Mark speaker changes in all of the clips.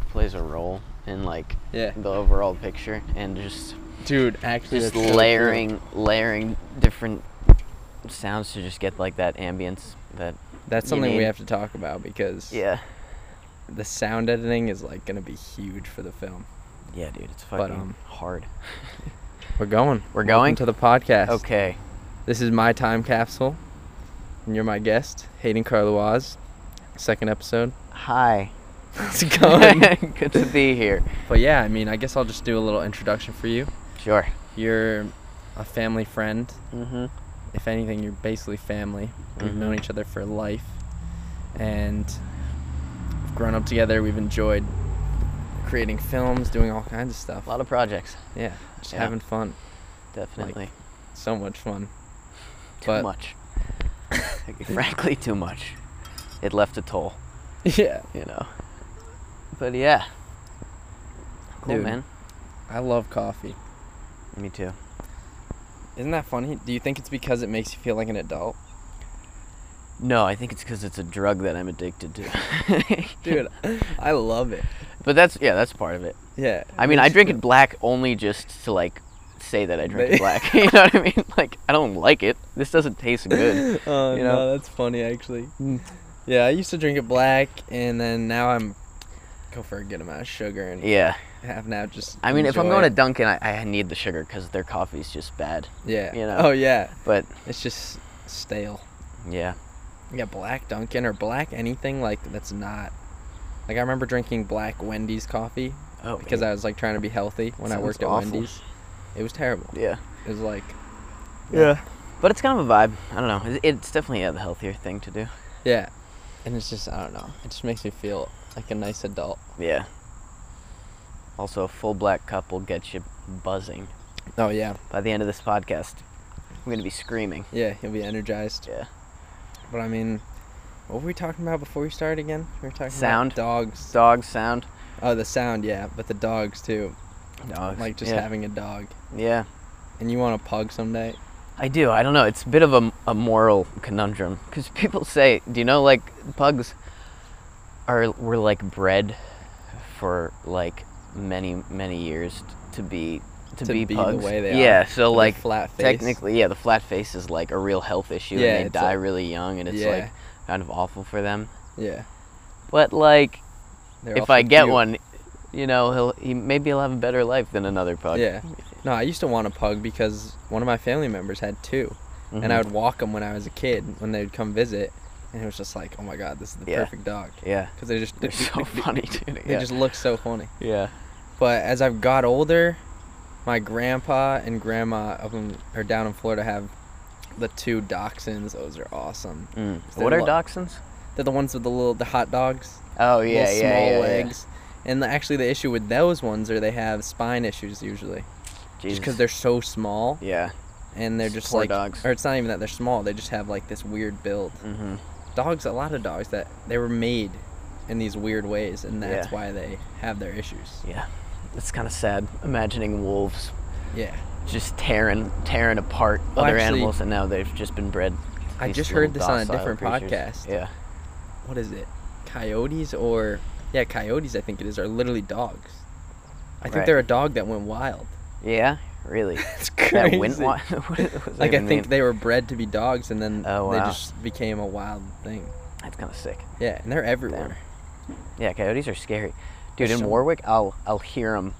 Speaker 1: plays a role in like
Speaker 2: Yeah.
Speaker 1: the overall picture and just
Speaker 2: Dude, actually,
Speaker 1: just
Speaker 2: that's so true.
Speaker 1: layering layering different sounds to just get like that ambience that
Speaker 2: That's
Speaker 1: you
Speaker 2: something we
Speaker 1: need-
Speaker 2: have to talk about because
Speaker 1: yeah
Speaker 2: the sound editing is like gonna be huge for the film.
Speaker 1: yeah dude it's fucking
Speaker 2: But, um,
Speaker 1: hard
Speaker 2: We're going.
Speaker 1: We're
Speaker 2: Welcome
Speaker 1: going?
Speaker 2: to the podcast.
Speaker 1: okay
Speaker 2: This is my time capsule, and you're my guest, Hayden Carloaz. Second episode.
Speaker 1: hi
Speaker 2: It's going.
Speaker 1: good to be here
Speaker 2: but yeah, I mean, I guess I'll just do a little introduction for you.
Speaker 1: sure
Speaker 2: You're a family friend.
Speaker 1: mm-hmm
Speaker 2: If anything, you're basically family. We've
Speaker 1: Mhm.
Speaker 2: known each other for life, and we've grown up together. We've enjoyed creating films, doing all kinds of stuff.
Speaker 1: a lot of projects
Speaker 2: Yeah, just
Speaker 1: Yeah.
Speaker 2: having fun.
Speaker 1: definitely
Speaker 2: So much fun.
Speaker 1: too
Speaker 2: but-
Speaker 1: much frankly too much it left a toll
Speaker 2: yeah.
Speaker 1: you know but yeah cool
Speaker 2: Dude.
Speaker 1: man
Speaker 2: I love coffee.
Speaker 1: me too
Speaker 2: Isn't that funny? Do you think it's because it makes you feel like an adult?
Speaker 1: No, I think it's because it's a drug that I'm addicted to.
Speaker 2: Dude, I love it.
Speaker 1: but that's yeah, that's part of it.
Speaker 2: Yeah.
Speaker 1: I mean, I drink it black only just to like say that I drink it black. you know what I mean? Like I don't like it. This doesn't taste good.
Speaker 2: Oh,
Speaker 1: you
Speaker 2: no,
Speaker 1: know?
Speaker 2: that's funny actually. Yeah, I used to drink it black and then now I'm go for a good amount of sugar and
Speaker 1: Yeah.
Speaker 2: have now just
Speaker 1: I mean, if I'm
Speaker 2: enjoy
Speaker 1: going to
Speaker 2: it.
Speaker 1: Dunkin', I, I need the sugar because their coffee's just bad.
Speaker 2: Yeah.
Speaker 1: you know.
Speaker 2: Oh yeah.
Speaker 1: But
Speaker 2: It's just stale.
Speaker 1: yeah,
Speaker 2: Yeah, black Dunkin' or black anything like that's not like I remember drinking black Wendy's coffee
Speaker 1: oh
Speaker 2: because I was like trying to be healthy when I
Speaker 1: Sounds
Speaker 2: worked at
Speaker 1: awful.
Speaker 2: Wendy's. It was terrible.
Speaker 1: yeah,
Speaker 2: It was like
Speaker 1: yeah. But it's kind of a vibe. I don't know. It- It's definitely yeah, the healthier thing to do.
Speaker 2: yeah, and it's just I don't know. It just makes me feel like a nice adult.
Speaker 1: Yeah. Also, a full black cup will get you buzzing.
Speaker 2: Oh yeah,
Speaker 1: By the end of this podcast, I'm gonna be screaming.
Speaker 2: yeah. You'll be energized.
Speaker 1: Yeah.
Speaker 2: But I mean, what were we talking about before we started again? We were talking
Speaker 1: Sound.
Speaker 2: about dogs.
Speaker 1: Dog sound.
Speaker 2: Oh, the sound. Yeah, but the dogs too.
Speaker 1: Dogs.
Speaker 2: Like just
Speaker 1: yeah.
Speaker 2: having a dog,
Speaker 1: Yeah,
Speaker 2: and you want a pug someday.
Speaker 1: I do. I don't know. It's a bit of a, a moral conundrum because people say, do you know, like pugs are were like bred for like many many years t- to be to,
Speaker 2: To
Speaker 1: be,
Speaker 2: be the
Speaker 1: pugs.
Speaker 2: way they are.
Speaker 1: yeah. So
Speaker 2: With a
Speaker 1: like
Speaker 2: flat face.
Speaker 1: Technically, yeah, the flat face is like a real health issue,
Speaker 2: Yeah,
Speaker 1: and they
Speaker 2: it's
Speaker 1: die
Speaker 2: a-
Speaker 1: really young, and it's
Speaker 2: yeah.
Speaker 1: like kind of awful for them.
Speaker 2: Yeah.
Speaker 1: But like,
Speaker 2: they're
Speaker 1: if
Speaker 2: also
Speaker 1: I get
Speaker 2: cute.
Speaker 1: one, you know, he'll he maybe he'll have a better life than another pug.
Speaker 2: Yeah. No, I used to want a pug because one of my family members had 2 and I
Speaker 1: Mhm.
Speaker 2: would walk them when I was a kid when they would come visit, and it was just like, oh my god, this is the
Speaker 1: Yeah.
Speaker 2: perfect dog
Speaker 1: Yeah.
Speaker 2: because they just
Speaker 1: They're so funny, dude.
Speaker 2: They
Speaker 1: yeah.
Speaker 2: just look so funny.
Speaker 1: yeah.
Speaker 2: But as I've got older, my grandpa and grandma up in, or down in Florida have the two dachshunds. Those are awesome.
Speaker 1: Mm.
Speaker 2: So
Speaker 1: What
Speaker 2: they're
Speaker 1: are
Speaker 2: lo-
Speaker 1: dachshunds?
Speaker 2: They're the ones with the little the hot dogs,
Speaker 1: Oh yeah,
Speaker 2: little
Speaker 1: yeah,
Speaker 2: small
Speaker 1: yeah, yeah.
Speaker 2: legs. And the, actually, the issue with those ones are they have spine issues usually, just
Speaker 1: Jesus.
Speaker 2: because they're so small
Speaker 1: yeah.
Speaker 2: and they're
Speaker 1: Just
Speaker 2: just
Speaker 1: poor
Speaker 2: like,
Speaker 1: dogs.
Speaker 2: or it's not even that they're small. They just have like this weird build.
Speaker 1: hmm
Speaker 2: Dogs, a lot of dogs that they were made in these weird ways, and that's
Speaker 1: Yeah.
Speaker 2: why they have their issues.
Speaker 1: Yeah. It's kind of sad imagining wolves
Speaker 2: Yeah.
Speaker 1: just tearing tearing apart
Speaker 2: Well,
Speaker 1: other
Speaker 2: actually-
Speaker 1: animals, and now they've just been bred.
Speaker 2: I
Speaker 1: these
Speaker 2: just
Speaker 1: little
Speaker 2: heard this on a
Speaker 1: docile
Speaker 2: different
Speaker 1: creatures.
Speaker 2: podcast.
Speaker 1: Yeah.
Speaker 2: what is it? Coyotes or yeah, coyotes I think it is are literally dogs. I think
Speaker 1: Right.
Speaker 2: they're a dog that went wild.
Speaker 1: Yeah. Really.
Speaker 2: It's
Speaker 1: That went wi- what does that
Speaker 2: like I
Speaker 1: even
Speaker 2: think
Speaker 1: mean?
Speaker 2: they were bred to be dogs and then
Speaker 1: Oh,
Speaker 2: they
Speaker 1: wow.
Speaker 2: just became a wild thing.
Speaker 1: That's kind of sick.
Speaker 2: Yeah, and they're everywhere.
Speaker 1: Yeah, coyotes are scary, dude.
Speaker 2: There's
Speaker 1: in
Speaker 2: some-
Speaker 1: Warwick, I'll I'll hear them,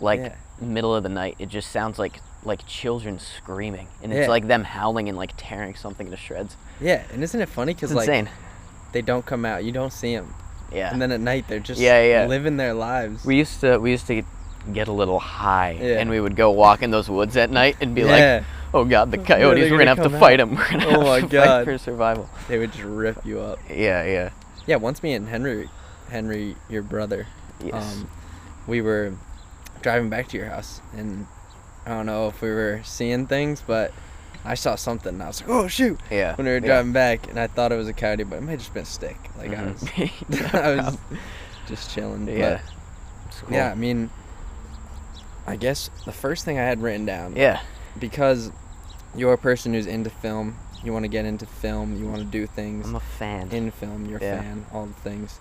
Speaker 1: like
Speaker 2: Yeah.
Speaker 1: middle of the night. It just sounds like like children screaming, and
Speaker 2: Yeah.
Speaker 1: it's like them howling and like tearing something to shreds.
Speaker 2: Yeah, and isn't it funny
Speaker 1: It's
Speaker 2: cuz like
Speaker 1: insane.
Speaker 2: they don't come out. You don't see them.
Speaker 1: Yeah.
Speaker 2: And then at night they're just
Speaker 1: Yeah, yeah.
Speaker 2: living their lives.
Speaker 1: we used to we used to get a little high,
Speaker 2: Yeah.
Speaker 1: and we would go walk in those woods at night and be
Speaker 2: Yeah.
Speaker 1: like, "Oh God, the coyotes!
Speaker 2: they're
Speaker 1: We're gonna
Speaker 2: gonna
Speaker 1: have to
Speaker 2: come
Speaker 1: fight
Speaker 2: out.
Speaker 1: them. We're gonna
Speaker 2: Oh
Speaker 1: have
Speaker 2: my
Speaker 1: to
Speaker 2: God.
Speaker 1: fight for survival."
Speaker 2: they would just rip you up.
Speaker 1: Yeah, yeah,
Speaker 2: Yeah, once me and Henry, Henry, your brother,
Speaker 1: Yes.
Speaker 2: Um, we were driving back to your house, and I don't know if we were seeing things, but I saw something, and I was like, "Oh shoot!"
Speaker 1: yeah.
Speaker 2: When we were
Speaker 1: yeah.
Speaker 2: driving back, and I thought it was a coyote, but it might have just been a stick. Like I was,
Speaker 1: Mhm.
Speaker 2: I was just chilling. but-
Speaker 1: yeah. It's cool.
Speaker 2: yeah. I mean, I guess the first thing I had written down,
Speaker 1: Yeah.
Speaker 2: because you're a person who's into film, you want to get into film, you want to do things
Speaker 1: I'm a fan.
Speaker 2: in film, you're a
Speaker 1: Yeah.
Speaker 2: fan, all the things.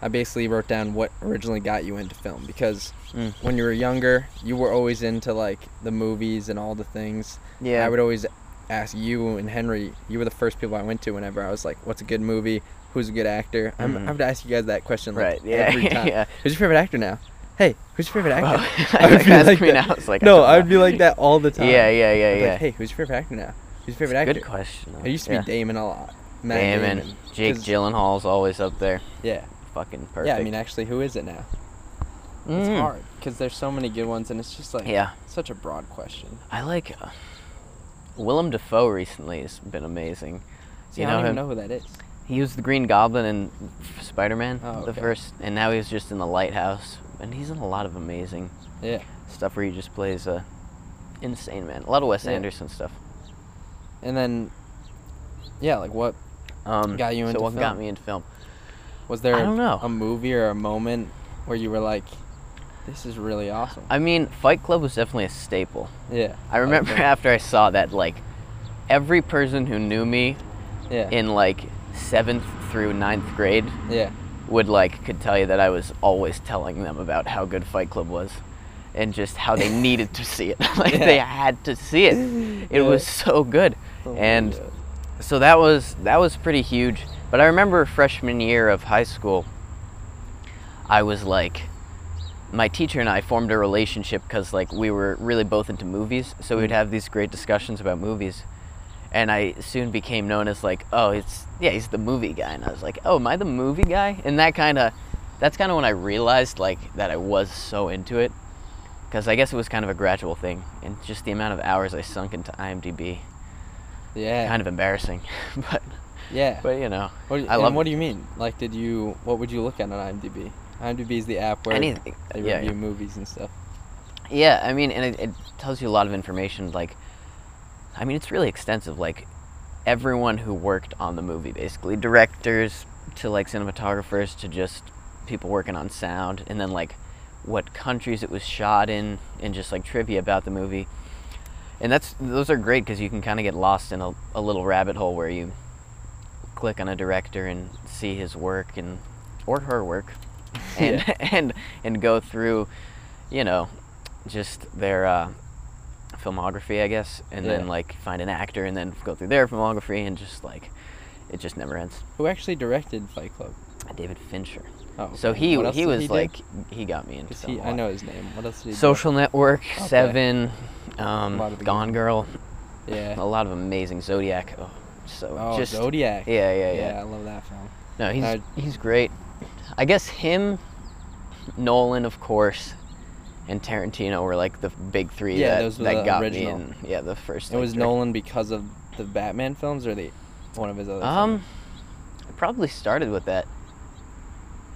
Speaker 2: I basically wrote down what originally got you into film because
Speaker 1: Mm.
Speaker 2: when you were younger, you were always into like the movies and all the things.
Speaker 1: Yeah.
Speaker 2: I would always ask you and Henry. You were the first people I went to whenever I was like, "What's a good movie? Who's a good actor?" I'm,
Speaker 1: Mhm.
Speaker 2: I would ask you guys that question like
Speaker 1: right. Yeah.
Speaker 2: every time.
Speaker 1: yeah.
Speaker 2: Who's your favorite actor now? Hey, who's your favorite
Speaker 1: Well,
Speaker 2: actor?
Speaker 1: I
Speaker 2: would
Speaker 1: like,
Speaker 2: be
Speaker 1: ask
Speaker 2: like
Speaker 1: me
Speaker 2: that.
Speaker 1: now. It's like
Speaker 2: no,
Speaker 1: don't
Speaker 2: I would
Speaker 1: know.
Speaker 2: be like that all the time.
Speaker 1: Yeah, yeah, yeah,
Speaker 2: I'd be
Speaker 1: yeah.
Speaker 2: like, hey, who's your favorite actor now? Who's your
Speaker 1: It's
Speaker 2: favorite
Speaker 1: a
Speaker 2: actor?
Speaker 1: Good question. though.
Speaker 2: It used to
Speaker 1: yeah.
Speaker 2: be Damon a lot. Matt
Speaker 1: Damon. Jake
Speaker 2: 'cause-
Speaker 1: Gyllenhaal's always up there.
Speaker 2: Yeah.
Speaker 1: Fucking perfect.
Speaker 2: Yeah, I mean, actually, who is it now? It's
Speaker 1: Mm.
Speaker 2: hard because there's so many good ones, and it's just like
Speaker 1: Yeah.
Speaker 2: such a broad question.
Speaker 1: I like uh, Willem Dafoe recently has been amazing.
Speaker 2: See,
Speaker 1: You
Speaker 2: I don't
Speaker 1: know
Speaker 2: even
Speaker 1: him?
Speaker 2: know who that is.
Speaker 1: He was the Green Goblin in f- Spider-Man,
Speaker 2: Oh,
Speaker 1: the
Speaker 2: okay.
Speaker 1: first, and now he's just in the Lighthouse, and he's in a lot of amazing
Speaker 2: Yeah,
Speaker 1: stuff where he just plays a insane man. A lot of Wes
Speaker 2: Yeah.
Speaker 1: Anderson stuff.
Speaker 2: and then yeah, like what
Speaker 1: Um,
Speaker 2: Got you
Speaker 1: so
Speaker 2: into
Speaker 1: what got
Speaker 2: film.
Speaker 1: me into film?
Speaker 2: was there?
Speaker 1: don't know.
Speaker 2: a movie or a moment where you were like, "This is really awesome."
Speaker 1: I mean, Fight Club was definitely a staple.
Speaker 2: yeah,
Speaker 1: I remember
Speaker 2: Okay.
Speaker 1: after I saw that, like, every person who knew me
Speaker 2: yeah,
Speaker 1: in like seventh through ninth grade
Speaker 2: yeah,
Speaker 1: would like could tell you that I was always telling them about how good Fight Club was, and just how they needed to see it. like
Speaker 2: Yeah.
Speaker 1: they had to see it. It
Speaker 2: Yeah.
Speaker 1: was so good,
Speaker 2: Oh my
Speaker 1: and
Speaker 2: God.
Speaker 1: so that was that was pretty huge. But I remember freshman year of high school, I was like. My teacher and I formed a relationship because, like, we were really both into movies, so we'd have these great discussions about movies, and I soon became known as like, oh, it's yeah, he's the movie guy, and I was like, oh, am I the movie guy? And that kind of, that's kind of when I realized like that I was so into it, because I guess it was kind of a gradual thing, and just the amount of hours I sunk into IMDb,
Speaker 2: yeah,
Speaker 1: kind of embarrassing, but
Speaker 2: yeah.
Speaker 1: but you know,
Speaker 2: What do you,
Speaker 1: I
Speaker 2: and
Speaker 1: love
Speaker 2: what do you mean? Like, did you? What would you look at on IMDb? IMDb is the app where
Speaker 1: anything.
Speaker 2: they
Speaker 1: yeah,
Speaker 2: review
Speaker 1: yeah,
Speaker 2: movies and stuff.
Speaker 1: yeah. I mean, and it, it tells you a lot of information. Like, I mean, it's really extensive. Like, everyone who worked on the movie, basically directors to like cinematographers to just people working on sound, and then like what countries it was shot in, and just like trivia about the movie. And that's those are great because you can kind of get lost in a, a little rabbit hole where you click on a director and see his work and or her work, and and and go through, you know, just their uh, filmography, I guess, and then
Speaker 2: Yeah.
Speaker 1: like find an actor and then go through their filmography and just like it just never ends.
Speaker 2: Who actually directed Fight Club?
Speaker 1: David Fincher.
Speaker 2: Oh,
Speaker 1: So
Speaker 2: okay.
Speaker 1: he
Speaker 2: What else
Speaker 1: he
Speaker 2: did
Speaker 1: was
Speaker 2: do?
Speaker 1: like he got me into
Speaker 2: 'Cause
Speaker 1: film
Speaker 2: he,
Speaker 1: a
Speaker 2: I
Speaker 1: lot.
Speaker 2: know his name. What else did he do?
Speaker 1: Social Network,
Speaker 2: Okay.
Speaker 1: Seven,
Speaker 2: A lot of
Speaker 1: um,
Speaker 2: the
Speaker 1: Gone
Speaker 2: good-
Speaker 1: Girl, a
Speaker 2: Yeah.
Speaker 1: lot of amazing Zodiac. Oh, so
Speaker 2: Oh,
Speaker 1: just
Speaker 2: Zodiac.
Speaker 1: yeah, yeah, yeah,
Speaker 2: I love that film.
Speaker 1: No, he's
Speaker 2: I-
Speaker 1: he's great. I guess him, Nolan, of course, and Tarantino were like the big three
Speaker 2: Yeah,
Speaker 1: that,
Speaker 2: those were
Speaker 1: that
Speaker 2: the
Speaker 1: got
Speaker 2: original.
Speaker 1: me in. Yeah, the first.
Speaker 2: It
Speaker 1: like,
Speaker 2: was
Speaker 1: direct-
Speaker 2: Nolan because of the Batman films or the one of his other.
Speaker 1: Um,
Speaker 2: films?
Speaker 1: I probably started with that.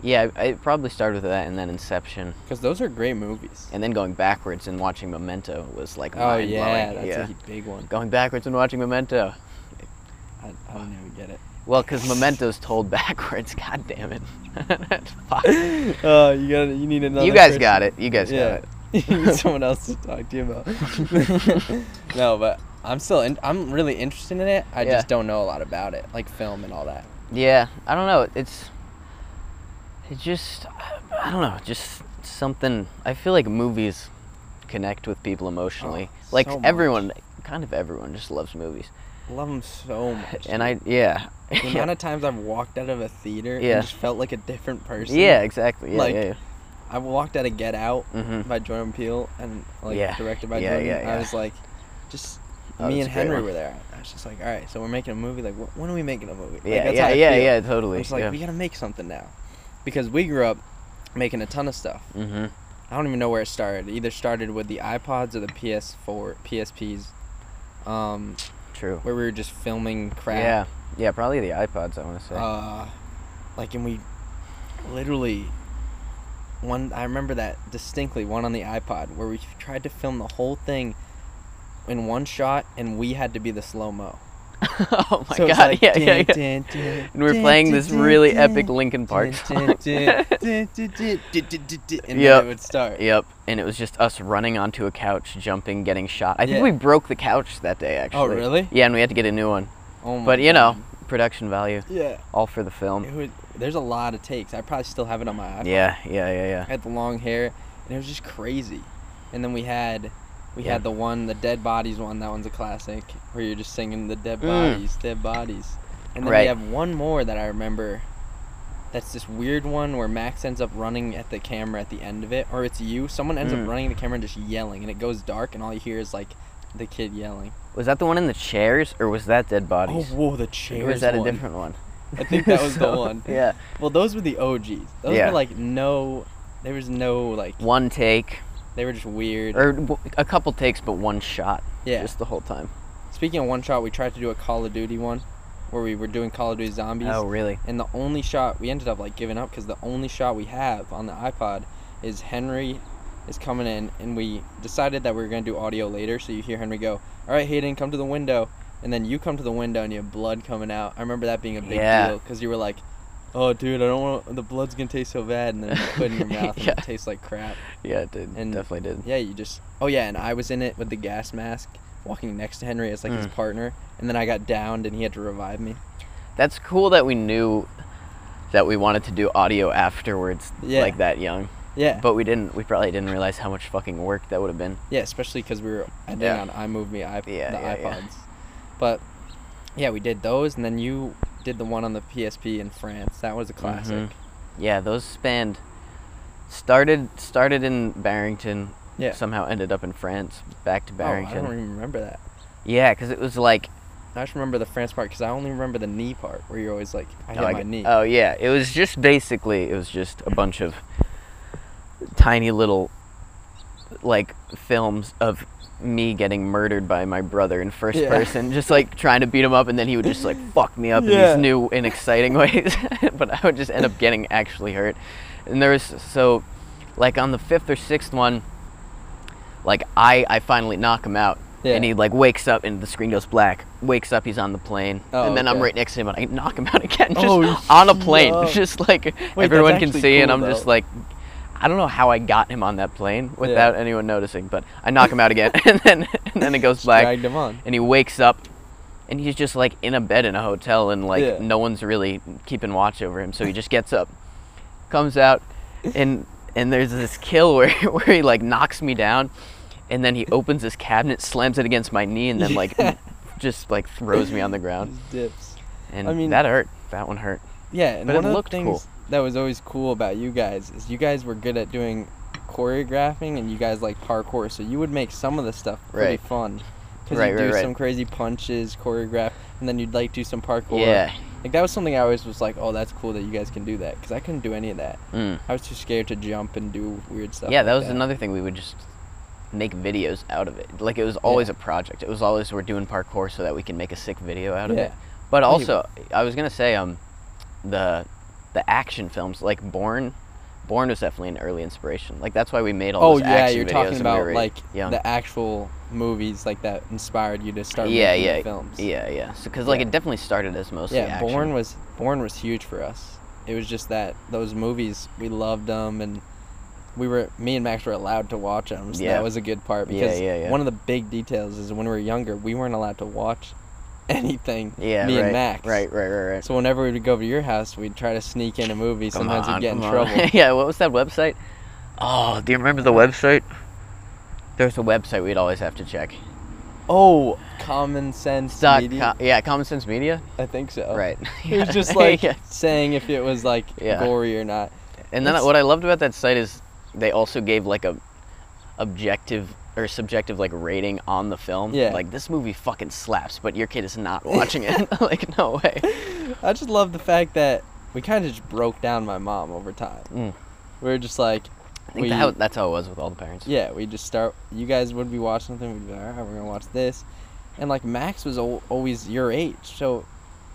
Speaker 1: Yeah, I, I probably started with that, and then Inception,
Speaker 2: because those are great movies.
Speaker 1: and then going backwards and watching Memento was like
Speaker 2: oh
Speaker 1: mind
Speaker 2: yeah,
Speaker 1: blowing.
Speaker 2: that's
Speaker 1: Yeah,
Speaker 2: a big one.
Speaker 1: going backwards and watching Memento.
Speaker 2: I, I don't even get it.
Speaker 1: Well, because Memento's told backwards. God damn it! Fuck.
Speaker 2: Oh, you got to You need another.
Speaker 1: You guys
Speaker 2: person.
Speaker 1: got it. You guys got it.
Speaker 2: you need someone else to talk to you about. no, but I'm still. In, I'm really interested in it. I
Speaker 1: Yeah.
Speaker 2: just don't know a lot about it, like film and all that.
Speaker 1: Yeah, I don't know. It's it just I don't know, just something I feel like movies connect with people emotionally.
Speaker 2: Oh,
Speaker 1: like
Speaker 2: so much.
Speaker 1: everyone kind of everyone just loves movies.
Speaker 2: Love them so much.
Speaker 1: And I yeah.
Speaker 2: the amount of times I've walked out of a theater
Speaker 1: Yeah.
Speaker 2: and just felt like a different person.
Speaker 1: yeah, exactly. Yeah,
Speaker 2: like,
Speaker 1: yeah.
Speaker 2: I walked out of Get Out
Speaker 1: yeah. Mhm.
Speaker 2: by Jordan Peele and like
Speaker 1: Yeah.
Speaker 2: directed by
Speaker 1: Yeah,
Speaker 2: Jordan.
Speaker 1: yeah,
Speaker 2: I
Speaker 1: yeah.
Speaker 2: was like, just
Speaker 1: Oh,
Speaker 2: me
Speaker 1: that's
Speaker 2: and
Speaker 1: a great
Speaker 2: Henry
Speaker 1: one.
Speaker 2: were there. I was just like, all right, so we're making a movie. Like, wh- when are we making a movie? Like,
Speaker 1: Yeah,
Speaker 2: that's how
Speaker 1: yeah,
Speaker 2: I
Speaker 1: yeah,
Speaker 2: feel.
Speaker 1: yeah,
Speaker 2: I'm
Speaker 1: totally.
Speaker 2: just like,
Speaker 1: yeah.
Speaker 2: we gotta make something now, because we grew up making a ton of stuff.
Speaker 1: Mhm.
Speaker 2: I don't even know where it started. It either started with the iPods or the PS4, PSPs, um,
Speaker 1: True.
Speaker 2: where we were just filming crap.
Speaker 1: Yeah. Yeah, probably the iPods I want to say.
Speaker 2: Uh, like, and we literally one. I remember that distinctly. One on the iPod where we tried to film the whole thing in one shot, and we had to be the slow mo.
Speaker 1: oh my
Speaker 2: so it's
Speaker 1: god.
Speaker 2: like,
Speaker 1: yeah, yeah,
Speaker 2: dun,
Speaker 1: yeah.
Speaker 2: dun, dun,
Speaker 1: And we're
Speaker 2: dun,
Speaker 1: playing
Speaker 2: dun,
Speaker 1: this
Speaker 2: dun,
Speaker 1: really
Speaker 2: dun,
Speaker 1: epic Linkin Park
Speaker 2: dun,
Speaker 1: song.
Speaker 2: dun, dun, dun, dun, dun, dun, dun, dun, And
Speaker 1: Yep.
Speaker 2: then it would start.
Speaker 1: Yep, and it was just us running onto a couch, jumping, getting shot. I think
Speaker 2: Yeah.
Speaker 1: we broke the couch that day, actually.
Speaker 2: Oh, really?
Speaker 1: Yeah, and we had to get a new one.
Speaker 2: Oh my
Speaker 1: But you know,
Speaker 2: God.
Speaker 1: production value,
Speaker 2: Yeah.
Speaker 1: all for the
Speaker 2: It
Speaker 1: film.
Speaker 2: was, there's a lot of takes. I probably still have it on my iPhone.
Speaker 1: Yeah, yeah, yeah, yeah.
Speaker 2: I had the long hair, and it was just crazy. And then we had, we
Speaker 1: Yeah.
Speaker 2: had the one, the dead bodies one. That one's a classic, where you're just singing the dead
Speaker 1: Mm.
Speaker 2: bodies, dead bodies. And then
Speaker 1: Right.
Speaker 2: we have one more that I remember. That's this weird one where Max ends up running at the camera at the end of it, or it's you. Someone ends
Speaker 1: Mm.
Speaker 2: up running at the camera and just yelling, and it goes dark, and all you hear is like the kid yelling.
Speaker 1: Was that the one in the chairs, or was that Dead Bodies?
Speaker 2: Oh, whoa, the
Speaker 1: or
Speaker 2: chairs.
Speaker 1: was that
Speaker 2: one.
Speaker 1: a different one?
Speaker 2: I think that was the
Speaker 1: So,
Speaker 2: one.
Speaker 1: Yeah.
Speaker 2: Well, those were the OGs. Those
Speaker 1: Yeah.
Speaker 2: were like no, there was no like
Speaker 1: One take,
Speaker 2: they were just weird.
Speaker 1: or w- a couple takes, but one shot.
Speaker 2: yeah.
Speaker 1: Just the whole time.
Speaker 2: Speaking of one shot, we tried to do a Call of Duty one, where we were doing Call of Duty Zombies,
Speaker 1: Oh, really?
Speaker 2: and the only shot we ended up like giving up because the only shot we have on the iPod is Henry is coming in, and we decided that we were gonna do audio later, so you hear Henry go, "All right, Hayden, come to the window," and then you come to the window and you have blood coming out. I remember that being a big
Speaker 1: Yeah.
Speaker 2: deal because you were like. Oh, dude, I don't want the blood's gonna taste so bad, and then you put it in your mouth and
Speaker 1: Yeah.
Speaker 2: it tastes like crap.
Speaker 1: Yeah, it did.
Speaker 2: And-
Speaker 1: Definitely did.
Speaker 2: Yeah, you just. Oh yeah, and I was in it with the gas mask, walking next to Henry as like his
Speaker 1: Mm.
Speaker 2: partner, and then I got downed and he had to revive me.
Speaker 1: That's cool that we knew that we wanted to do audio afterwards,
Speaker 2: Yeah.
Speaker 1: like that young.
Speaker 2: Yeah.
Speaker 1: But we didn't. We probably didn't realize how much fucking work that would have been.
Speaker 2: yeah, especially because we were editing
Speaker 1: Yeah.
Speaker 2: on iMovie, iP-
Speaker 1: Yeah,
Speaker 2: the
Speaker 1: yeah, yeah.
Speaker 2: iPods. But yeah, we did those, and then you did the one on the PSP in France. That was a classic.
Speaker 1: Mhm. Yeah, those spanned. Started started in Barrington.
Speaker 2: Yeah.
Speaker 1: Somehow ended up in France, back to
Speaker 2: Oh, I
Speaker 1: Barrington.
Speaker 2: don't even remember that.
Speaker 1: yeah, because it was like
Speaker 2: I just remember the France part because I only remember the knee part where you're always like, I hit
Speaker 1: Oh, I
Speaker 2: my
Speaker 1: get-
Speaker 2: knee.
Speaker 1: Oh yeah, it was just basically it was just a bunch of tiny little like films of me getting murdered by my brother in first
Speaker 2: Yeah.
Speaker 1: person, just like trying to beat him up, and then he would just like fuck me up in
Speaker 2: Yeah.
Speaker 1: these new and exciting ways. but I would just end up getting actually hurt. And there was so like on the fifth or sixth one, like I I finally knock him out.
Speaker 2: Yeah.
Speaker 1: And he like wakes up and the screen goes black. Wakes up, he's on the plane,
Speaker 2: Oh,
Speaker 1: and then I'm
Speaker 2: okay.
Speaker 1: right next to him and I knock him out again just
Speaker 2: Oh,
Speaker 1: on a plane.
Speaker 2: yeah.
Speaker 1: Just like
Speaker 2: that's
Speaker 1: everyone can
Speaker 2: actually
Speaker 1: see, and
Speaker 2: cool,
Speaker 1: I'm just
Speaker 2: though.
Speaker 1: like, I don't know how I got him on that plane without anyone noticing, but I knock him out again, and then and then it goes black,
Speaker 2: Dragged him on.
Speaker 1: and he wakes up, and he's just like in a bed in a hotel, and like
Speaker 2: Yeah.
Speaker 1: no one's really keeping watch over him, so he just gets up, comes out, and and there's this kill where where he like knocks me down, and then he opens his cabinet, slams it against my knee, and then like.
Speaker 2: Yeah.
Speaker 1: Just like throws me on the ground,
Speaker 2: Just dips.
Speaker 1: and
Speaker 2: mean-
Speaker 1: that hurt. That one hurt.
Speaker 2: Yeah, and
Speaker 1: But
Speaker 2: one
Speaker 1: it
Speaker 2: of
Speaker 1: looked
Speaker 2: the things
Speaker 1: cool.
Speaker 2: that was always cool about you guys is you guys were good at doing choreographing and you guys like parkour, so you would make some of the stuff pretty
Speaker 1: Right.
Speaker 2: fun. Because
Speaker 1: Right,
Speaker 2: you'd
Speaker 1: right,
Speaker 2: do
Speaker 1: right.
Speaker 2: some crazy punches, choreograph, and then you'd like do some parkour.
Speaker 1: Yeah.
Speaker 2: Like that was something I always was like, oh, that's cool that you guys can do that. Because I couldn't do any of that.
Speaker 1: Mm.
Speaker 2: I was too scared to jump and do weird stuff.
Speaker 1: Yeah, that
Speaker 2: like
Speaker 1: was another thing. We would just make videos out of it. Like it was always a project. It was always we're doing parkour so that we can make a sick video out of it.
Speaker 2: Yeah.
Speaker 1: But
Speaker 2: Yeah, you
Speaker 1: also, I was gonna say um, the the action films like Born. Born was definitely an early inspiration. Like that's why we made all
Speaker 2: Oh
Speaker 1: those
Speaker 2: yeah,
Speaker 1: action
Speaker 2: you're
Speaker 1: videos
Speaker 2: talking
Speaker 1: when we
Speaker 2: about
Speaker 1: were
Speaker 2: like
Speaker 1: young.
Speaker 2: the actual movies like that inspired you to start
Speaker 1: yeah,
Speaker 2: making
Speaker 1: yeah,
Speaker 2: films.
Speaker 1: yeah, yeah. Because like
Speaker 2: Yeah.
Speaker 1: it definitely started as mostly
Speaker 2: yeah
Speaker 1: action.
Speaker 2: born was born was huge for us it was just that those movies we loved them and we were me and max were allowed to watch them so
Speaker 1: Yeah.
Speaker 2: that was a good part
Speaker 1: Yeah,
Speaker 2: because
Speaker 1: yeah, yeah.
Speaker 2: one of the big details is when we were younger we weren't allowed to watch anything
Speaker 1: yeah,
Speaker 2: me
Speaker 1: right,
Speaker 2: and max
Speaker 1: Right, right, right, right.
Speaker 2: so whenever we would go to your house we'd try to sneak in a movie
Speaker 1: Come
Speaker 2: sometimes
Speaker 1: on,
Speaker 2: we'd get in
Speaker 1: come on.
Speaker 2: trouble
Speaker 1: yeah, what was that website? Oh, do you remember the website? There's a website we'd always have to check.
Speaker 2: oh common sense
Speaker 1: Dot
Speaker 2: Media?
Speaker 1: com- yeah, Common Sense Media.
Speaker 2: i think so
Speaker 1: Right.
Speaker 2: it was just like
Speaker 1: Yeah.
Speaker 2: saying if it was like
Speaker 1: Yeah.
Speaker 2: gory or not
Speaker 1: And then
Speaker 2: it's-
Speaker 1: what I loved about that site is they also gave like a objective or subjective like rating on the film.
Speaker 2: Yeah.
Speaker 1: Like this movie fucking slaps, but your kid is not watching it. like no way.
Speaker 2: I just love the fact that we kind of just broke down my mom over time.
Speaker 1: Mm.
Speaker 2: We were just like,
Speaker 1: I think
Speaker 2: we,
Speaker 1: that how, that's how it was with all the parents.
Speaker 2: yeah, we just start. You guys would be watching something. We'd be like, all right, we're gonna watch this, and like Max was al- always your age, so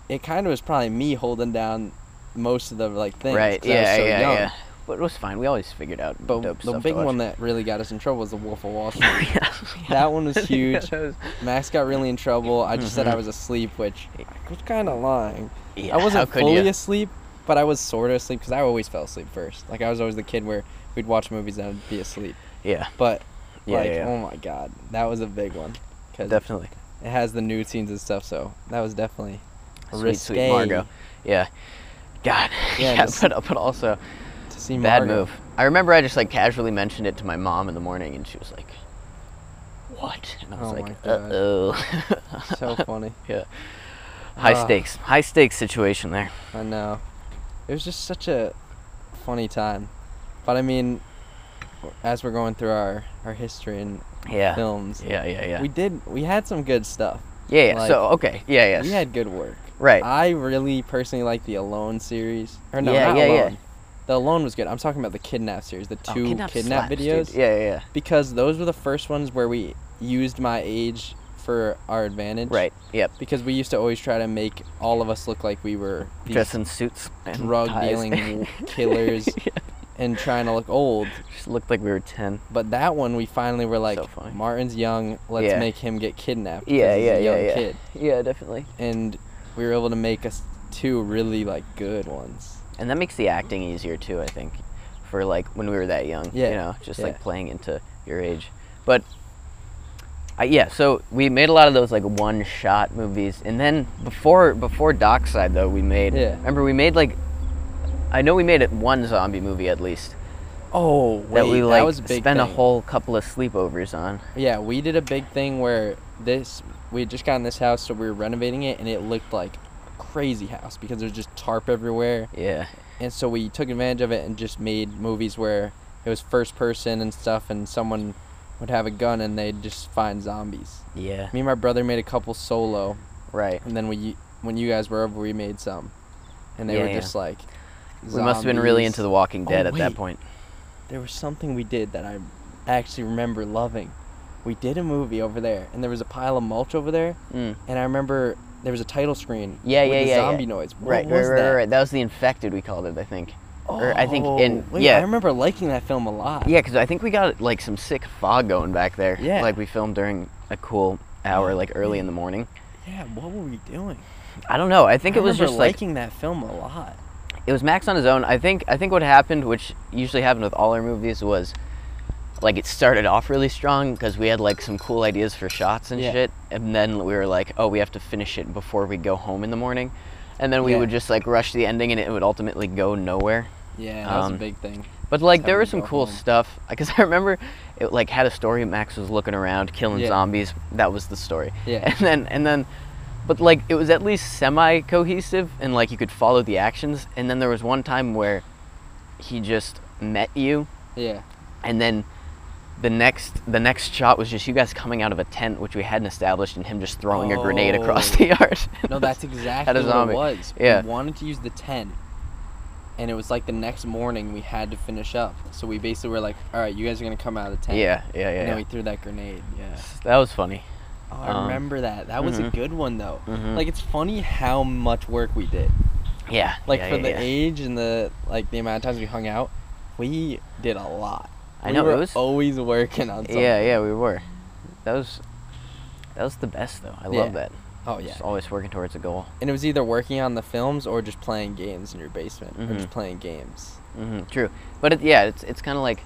Speaker 2: it kind of was probably me holding down most of the like things.
Speaker 1: right.
Speaker 2: 'cause I was
Speaker 1: Yeah.
Speaker 2: so
Speaker 1: yeah.
Speaker 2: young.
Speaker 1: Yeah. But it was fine. We always figured out
Speaker 2: But
Speaker 1: dope
Speaker 2: the
Speaker 1: stuff
Speaker 2: big
Speaker 1: to watch.
Speaker 2: one that really got us in trouble was the Wolf of Wall Street.
Speaker 1: yeah.
Speaker 2: That one was
Speaker 1: Yeah,
Speaker 2: huge.
Speaker 1: that was-
Speaker 2: Max got really in trouble. I just said
Speaker 1: Mhm.
Speaker 2: I was asleep, which I was kind of lying.
Speaker 1: Yeah,
Speaker 2: I wasn't
Speaker 1: how could
Speaker 2: fully
Speaker 1: you?
Speaker 2: asleep, but I was sort of asleep because I always fell asleep first. Like I was always the kid where we'd watch movies and I'd be asleep.
Speaker 1: Yeah,
Speaker 2: But
Speaker 1: Yeah,
Speaker 2: like,
Speaker 1: yeah, yeah.
Speaker 2: oh my god, that was a big one because it
Speaker 1: definitely.
Speaker 2: has the nude scenes and stuff. So that was definitely
Speaker 1: Sweet, sweet Margot. Yeah. God.
Speaker 2: Yeah,
Speaker 1: Yeah,
Speaker 2: just-
Speaker 1: but, but also,
Speaker 2: To see
Speaker 1: bad
Speaker 2: Margot.
Speaker 1: move. I remember I just like casually mentioned it to my mom in the morning and she was like, what? And I was
Speaker 2: Oh my
Speaker 1: like,
Speaker 2: God.
Speaker 1: uh-oh.
Speaker 2: So funny.
Speaker 1: yeah. High
Speaker 2: Ah.
Speaker 1: stakes. High stakes situation there.
Speaker 2: I know. It was just such a funny time. But I mean, as we're going through our, our history and
Speaker 1: Yeah.
Speaker 2: films,
Speaker 1: Yeah, yeah, yeah.
Speaker 2: we did, we had some good stuff.
Speaker 1: yeah, yeah.
Speaker 2: like,
Speaker 1: so, okay. Yeah, yes.
Speaker 2: We had good work.
Speaker 1: right.
Speaker 2: I really personally like the Alone series. Or no,
Speaker 1: Yeah,
Speaker 2: not
Speaker 1: yeah, yeah.
Speaker 2: Alone. The Alone was good. I'm talking about the Kidnap series, the two
Speaker 1: Oh,
Speaker 2: Kidnap,
Speaker 1: slaps, dude.
Speaker 2: videos.
Speaker 1: Yeah, yeah, yeah.
Speaker 2: Because those were the first ones where we used my age for our advantage.
Speaker 1: Right. Yep.
Speaker 2: Because we used to always try to make all of us look like we were these
Speaker 1: Dress in suits and
Speaker 2: drug
Speaker 1: ties.
Speaker 2: dealing killers
Speaker 1: Yeah.
Speaker 2: and trying to look old.
Speaker 1: Just looked like we were 10.
Speaker 2: But that one, we finally were like,
Speaker 1: So funny.
Speaker 2: Martin's young. Let's
Speaker 1: Yeah.
Speaker 2: make him get kidnapped. 'cause
Speaker 1: Yeah,
Speaker 2: he's
Speaker 1: yeah,
Speaker 2: a
Speaker 1: yeah,
Speaker 2: young
Speaker 1: yeah.
Speaker 2: Kid.
Speaker 1: Yeah, definitely.
Speaker 2: And we were able to make us two really like good ones.
Speaker 1: And that makes the acting easier too, I think, for like when we were that young.
Speaker 2: Yeah,
Speaker 1: You know, just
Speaker 2: yeah.
Speaker 1: like playing into your age. But I, yeah, so we made a lot of those like one shot movies. And then before before Dockside though, we made
Speaker 2: Yeah.
Speaker 1: remember we made like I know we made it one zombie movie at least
Speaker 2: Oh, wait,
Speaker 1: that we like
Speaker 2: was a big
Speaker 1: spent a
Speaker 2: thing.
Speaker 1: whole couple of sleepovers on.
Speaker 2: Yeah, we did a big thing where this we had just gotten this house, so we were renovating it, and it looked like a crazy house because there's just tarp everywhere.
Speaker 1: Yeah.
Speaker 2: And so we took advantage of it and just made movies where it was first person and stuff, and someone would have a gun and they'd just find zombies.
Speaker 1: Yeah.
Speaker 2: Me and my brother made a couple solo,
Speaker 1: Right.
Speaker 2: and then we when you guys were over, we made some, and they
Speaker 1: Yeah,
Speaker 2: were
Speaker 1: yeah.
Speaker 2: just like.
Speaker 1: We must have been really
Speaker 2: zombies.
Speaker 1: into The Walking
Speaker 2: Oh,
Speaker 1: Dead at that
Speaker 2: wait.
Speaker 1: point.
Speaker 2: there was something we did that I actually remember loving. We did a movie over there, and there was a pile of mulch over there,
Speaker 1: Mm.
Speaker 2: and I remember there was a title screen.
Speaker 1: Yeah,
Speaker 2: with
Speaker 1: yeah,
Speaker 2: the
Speaker 1: yeah, yeah.
Speaker 2: Zombie noise. What
Speaker 1: Right, right,
Speaker 2: was
Speaker 1: right,
Speaker 2: that?
Speaker 1: right, right. That was the infected we called it, I think.
Speaker 2: Oh,
Speaker 1: Or I think in-
Speaker 2: wait,
Speaker 1: yeah.
Speaker 2: I remember liking that film a lot.
Speaker 1: Yeah, because I think we got like some sick fog going back there.
Speaker 2: Yeah.
Speaker 1: Like we filmed during a cool hour, like early in the morning.
Speaker 2: Yeah. What were we doing?
Speaker 1: I don't know. I think it was
Speaker 2: remember
Speaker 1: just like
Speaker 2: liking that film a lot.
Speaker 1: it was Max on his own. I think I think what happened, which usually happened with all our movies, was like it started off really strong because we had like some cool ideas for shots and
Speaker 2: Yeah.
Speaker 1: shit, and then we were like, oh, we have to finish it before we go home in the morning, and then we
Speaker 2: Yeah.
Speaker 1: would just like rush the ending, and it would ultimately go nowhere.
Speaker 2: Yeah, that was a
Speaker 1: Um,
Speaker 2: big thing.
Speaker 1: But like
Speaker 2: Just
Speaker 1: there
Speaker 2: having
Speaker 1: was
Speaker 2: to
Speaker 1: some
Speaker 2: go
Speaker 1: cool
Speaker 2: home.
Speaker 1: stuff because I remember it like had a story. Max was looking around killing
Speaker 2: Yeah.
Speaker 1: zombies. That was the story.
Speaker 2: Yeah.
Speaker 1: And then and then, but like it was at least semi cohesive and like you could follow the actions. And then there was one time where he just met you,
Speaker 2: Yeah.
Speaker 1: and then the next the next shot was just you guys coming out of a tent which we hadn't established, and him just throwing a grenade across
Speaker 2: Oh.
Speaker 1: the yard.
Speaker 2: No, that's exactly what
Speaker 1: zombie.
Speaker 2: it was.
Speaker 1: Yeah.
Speaker 2: We wanted to use the 10. And it was like the next morning we had to finish up. So we basically were like, all right, you guys are going to come out of the tent.
Speaker 1: yeah, yeah, yeah.
Speaker 2: And
Speaker 1: yeah.
Speaker 2: then we threw that grenade. Yeah.
Speaker 1: that was funny.
Speaker 2: Oh, I
Speaker 1: Um,
Speaker 2: remember that. That was a
Speaker 1: mhm.
Speaker 2: good one, though.
Speaker 1: Mhm.
Speaker 2: Like, it's funny how much work we did.
Speaker 1: Yeah.
Speaker 2: Like,
Speaker 1: yeah,
Speaker 2: for
Speaker 1: yeah,
Speaker 2: the
Speaker 1: yeah.
Speaker 2: age and the, like, the amount of times we hung out, we did a lot.
Speaker 1: I
Speaker 2: We
Speaker 1: know
Speaker 2: were
Speaker 1: it was
Speaker 2: always working on something.
Speaker 1: Yeah, yeah, we were. That was that was the best though. I
Speaker 2: Yeah.
Speaker 1: love that.
Speaker 2: Oh, yeah.
Speaker 1: Just always working towards a goal.
Speaker 2: And it was either working on the films or just playing games in your basement or just
Speaker 1: Mhm.
Speaker 2: playing games.
Speaker 1: hmm True, but it, yeah, it's it's kind of like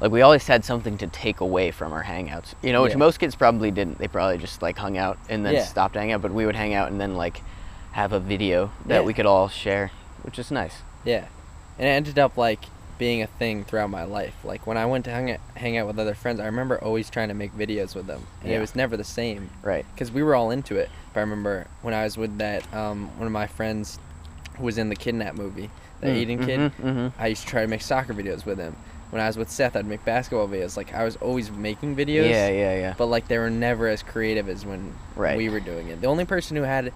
Speaker 1: like we always had something to take away from our hangouts. You know, which
Speaker 2: Yeah.
Speaker 1: most kids probably didn't. They probably just like hung out and then
Speaker 2: Yeah.
Speaker 1: stopped hanging out. But we would hang out and then like have a video that
Speaker 2: Yeah.
Speaker 1: we could all share, which is nice.
Speaker 2: Yeah, and it ended up like being a thing throughout my life. Like when I went to hang out, hang out with other friends, I remember always trying to make videos with them, and it
Speaker 1: Yeah.
Speaker 2: was never the same
Speaker 1: Right.
Speaker 2: because we were all into it. But I remember when I was with that um, one of my friends who was in the kidnap movie, the
Speaker 1: Mm,
Speaker 2: Aiden
Speaker 1: mhm,
Speaker 2: kid.
Speaker 1: mhm.
Speaker 2: I used to try to make soccer videos with him. When I was with Seth, I'd make basketball videos. Like I was always making videos.
Speaker 1: Yeah, yeah, yeah.
Speaker 2: But like they were never as creative as when
Speaker 1: Right.
Speaker 2: we were doing it. The only person who had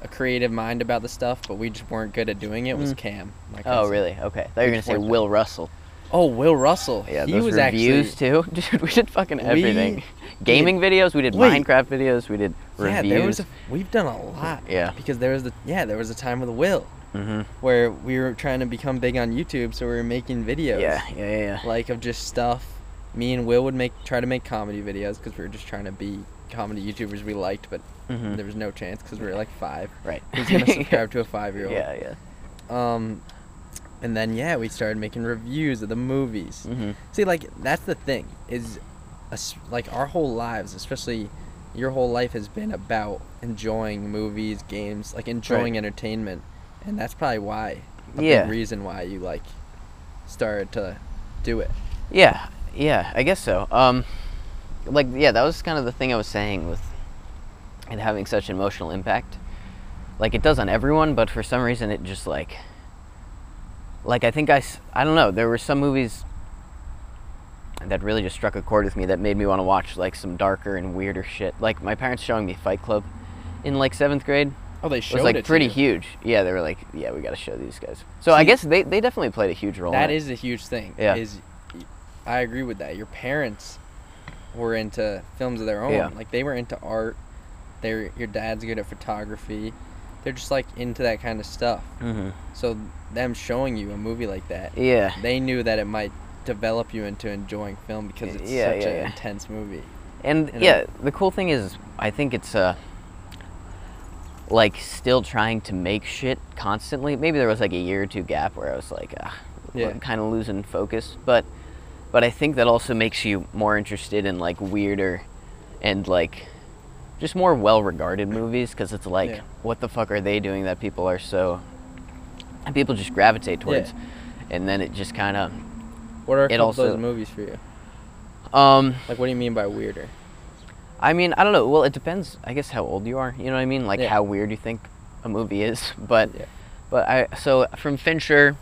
Speaker 2: a creative mind about the stuff, but we just weren't good at doing it, was
Speaker 1: Mm.
Speaker 2: Cam. my
Speaker 1: Oh
Speaker 2: cousin.
Speaker 1: really? Okay. I thought you were gonna
Speaker 2: just
Speaker 1: say
Speaker 2: worked it.
Speaker 1: Will Russell.
Speaker 2: Oh, Will Russell.
Speaker 1: Yeah,
Speaker 2: he
Speaker 1: those
Speaker 2: was
Speaker 1: reviews
Speaker 2: actually.
Speaker 1: too. Dude, we did fucking
Speaker 2: We
Speaker 1: everything. Gaming videos. We did
Speaker 2: Wait.
Speaker 1: Minecraft videos. We did
Speaker 2: Yeah,
Speaker 1: reviews.
Speaker 2: there was. A, we've done a lot.
Speaker 1: Yeah.
Speaker 2: Because there was the yeah there was a time with Will
Speaker 1: hmm
Speaker 2: where we were trying to become big on YouTube, so we were making videos.
Speaker 1: Yeah, yeah, yeah, yeah.
Speaker 2: Like of just stuff. Me and Will would make try to make comedy videos because we were just trying to be comedy YouTubers we liked, but
Speaker 1: Mhm.
Speaker 2: there was no chance because we were like five.
Speaker 1: right.
Speaker 2: Who's gonna subscribe to a five year old?
Speaker 1: Yeah, yeah.
Speaker 2: Um, and then yeah, we started making reviews of the movies.
Speaker 1: Mhm.
Speaker 2: See, like that's the thing is, us- like our whole lives, especially your whole life has been about enjoying movies, games, like enjoying entertainment, and that's probably why a
Speaker 1: Yeah.
Speaker 2: big reason why you like started to do it.
Speaker 1: Yeah, yeah, I guess so. Um, like, yeah, that was kind of the thing I was saying with it having such an emotional impact. Like, it does on everyone, but for some reason, it just like, like I think I, s- I don't know. There were some movies that really just struck a chord with me that made me want to watch like some darker and weirder shit. Like my parents showing me Fight Club in like seventh grade
Speaker 2: Oh, they
Speaker 1: It
Speaker 2: showed
Speaker 1: was like
Speaker 2: it to
Speaker 1: pretty
Speaker 2: you.
Speaker 1: huge. Yeah, they were like, yeah, we got to show these guys. So I
Speaker 2: See-
Speaker 1: guess they they definitely played a huge role. in
Speaker 2: That
Speaker 1: it.
Speaker 2: is a huge thing.
Speaker 1: Yeah.
Speaker 2: Is I agree with that. Your parents were into films of their own.
Speaker 1: Yeah.
Speaker 2: Like they were into art. Their your dad's good at photography. They're just like into that kind of stuff.
Speaker 1: Mhm.
Speaker 2: So them showing you a movie like that,
Speaker 1: Yeah.
Speaker 2: they knew that it might develop you into enjoying film because it's
Speaker 1: Yeah,
Speaker 2: such
Speaker 1: yeah,
Speaker 2: an
Speaker 1: yeah.
Speaker 2: intense movie.
Speaker 1: And
Speaker 2: you know?
Speaker 1: yeah, the cool thing is, I think it's uh, like still trying to make shit constantly. Maybe there was like a year or two gap where I was like, ah,
Speaker 2: Yeah.
Speaker 1: kind of losing focus. But but I think that also makes you more interested in like weirder and like just more well-regarded movies because it's like,
Speaker 2: Yeah.
Speaker 1: what the fuck are they doing that people are so and people just gravitate towards, and then it just kind of
Speaker 2: What are a
Speaker 1: It
Speaker 2: couple of
Speaker 1: also-
Speaker 2: those movies for you?
Speaker 1: um.
Speaker 2: Like what do you mean by weirder?
Speaker 1: I mean, I don't know. Well, it depends. I guess how old you are. You know what I mean? Like
Speaker 2: Yeah.
Speaker 1: how weird you think a movie is. But,
Speaker 2: Yeah.
Speaker 1: but I so from Fincher.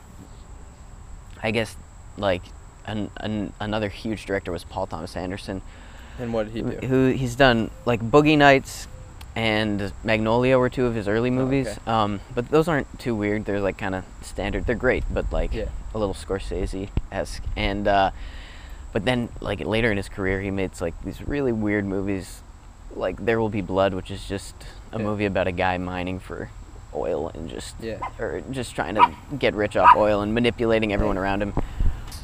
Speaker 1: I guess, like, an, an, another huge director was Paul Thomas Anderson,
Speaker 2: And what did he do?
Speaker 1: who he's done like Boogie Nights, and Magnolia were two of his early
Speaker 2: Oh,
Speaker 1: movies.
Speaker 2: okay.
Speaker 1: Um, but those aren't too weird. They're like kind of standard. They're great, but like
Speaker 2: Yeah.
Speaker 1: a little Scorsese esque. And uh, but then like later in his career, he made like these really weird movies, like There Will Be Blood, which is just a
Speaker 2: Yeah.
Speaker 1: movie about a guy mining for oil and just
Speaker 2: Yeah.
Speaker 1: or just trying to get rich off oil and manipulating everyone around him.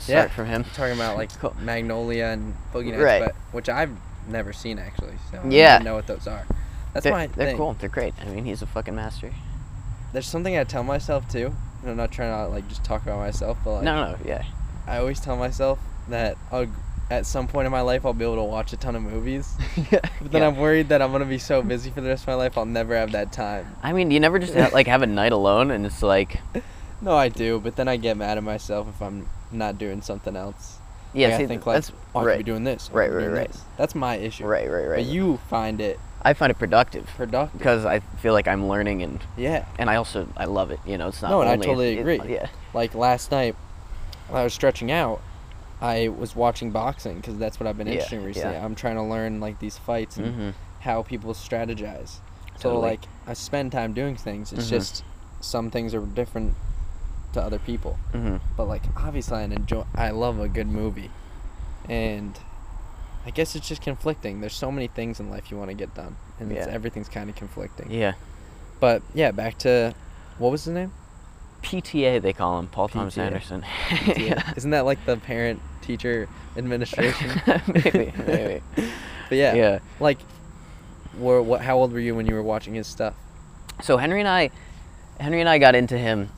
Speaker 1: Start from him.
Speaker 2: Talking about like
Speaker 1: Cool.
Speaker 2: Magnolia and Boogie Nights,
Speaker 1: Right.
Speaker 2: but, which I've never seen actually. So I
Speaker 1: Yeah.
Speaker 2: don't know what those are. That's
Speaker 1: they're,
Speaker 2: my
Speaker 1: they're
Speaker 2: thing.
Speaker 1: cool. They're great. I mean, he's a fucking master.
Speaker 2: There's something I tell myself too, and I'm not trying to like just talk about myself, but like
Speaker 1: no, no, yeah.
Speaker 2: I always tell myself that I'll, at some point in my life I'll be able to watch a ton of movies. But then
Speaker 1: Yeah.
Speaker 2: I'm worried that I'm gonna be so busy for the rest of my life I'll never have that time.
Speaker 1: I mean, you never just ha- like have a night alone and it's like,
Speaker 2: No, I do, but then I get mad at myself if I'm not doing something else.
Speaker 1: yeah,
Speaker 2: Like,
Speaker 1: see,
Speaker 2: I think like
Speaker 1: that's
Speaker 2: oh, I could be
Speaker 1: right,
Speaker 2: doing this. I
Speaker 1: Right,
Speaker 2: could be
Speaker 1: right,
Speaker 2: doing
Speaker 1: right.
Speaker 2: this. That's my issue.
Speaker 1: right, right, right.
Speaker 2: But you find it
Speaker 1: I find it productive
Speaker 2: productive.
Speaker 1: because I feel like I'm learning and
Speaker 2: Yeah.
Speaker 1: and I also I love it. You know, it's not.
Speaker 2: No, and I
Speaker 1: only-
Speaker 2: totally
Speaker 1: it-
Speaker 2: agree.
Speaker 1: yeah,
Speaker 2: Like last night, while I was stretching out, I was watching boxing because that's what I've been
Speaker 1: Yeah,
Speaker 2: interested in recently.
Speaker 1: yeah.
Speaker 2: I'm trying to learn like these fights and
Speaker 1: hmm
Speaker 2: how people strategize. So
Speaker 1: Totally.
Speaker 2: like I spend time doing things. It's
Speaker 1: Mhm.
Speaker 2: just some things are different to other people.
Speaker 1: hmm
Speaker 2: But like obviously I enjoy I love a good movie. And I guess it's just conflicting. There's so many things in life you want to get done and it's,
Speaker 1: Yeah.
Speaker 2: everything's kind of conflicting.
Speaker 1: yeah.
Speaker 2: But yeah, back to what was his name?
Speaker 1: PTA they call him Paul Thomas
Speaker 2: PTA.
Speaker 1: Anderson.
Speaker 2: Yeah. Isn't that like the parent teacher administration?
Speaker 1: maybe, maybe.
Speaker 2: But yeah.
Speaker 1: yeah.
Speaker 2: Like were what how old were you when you were watching his stuff?
Speaker 1: So Henry and I, Henry and I got into him.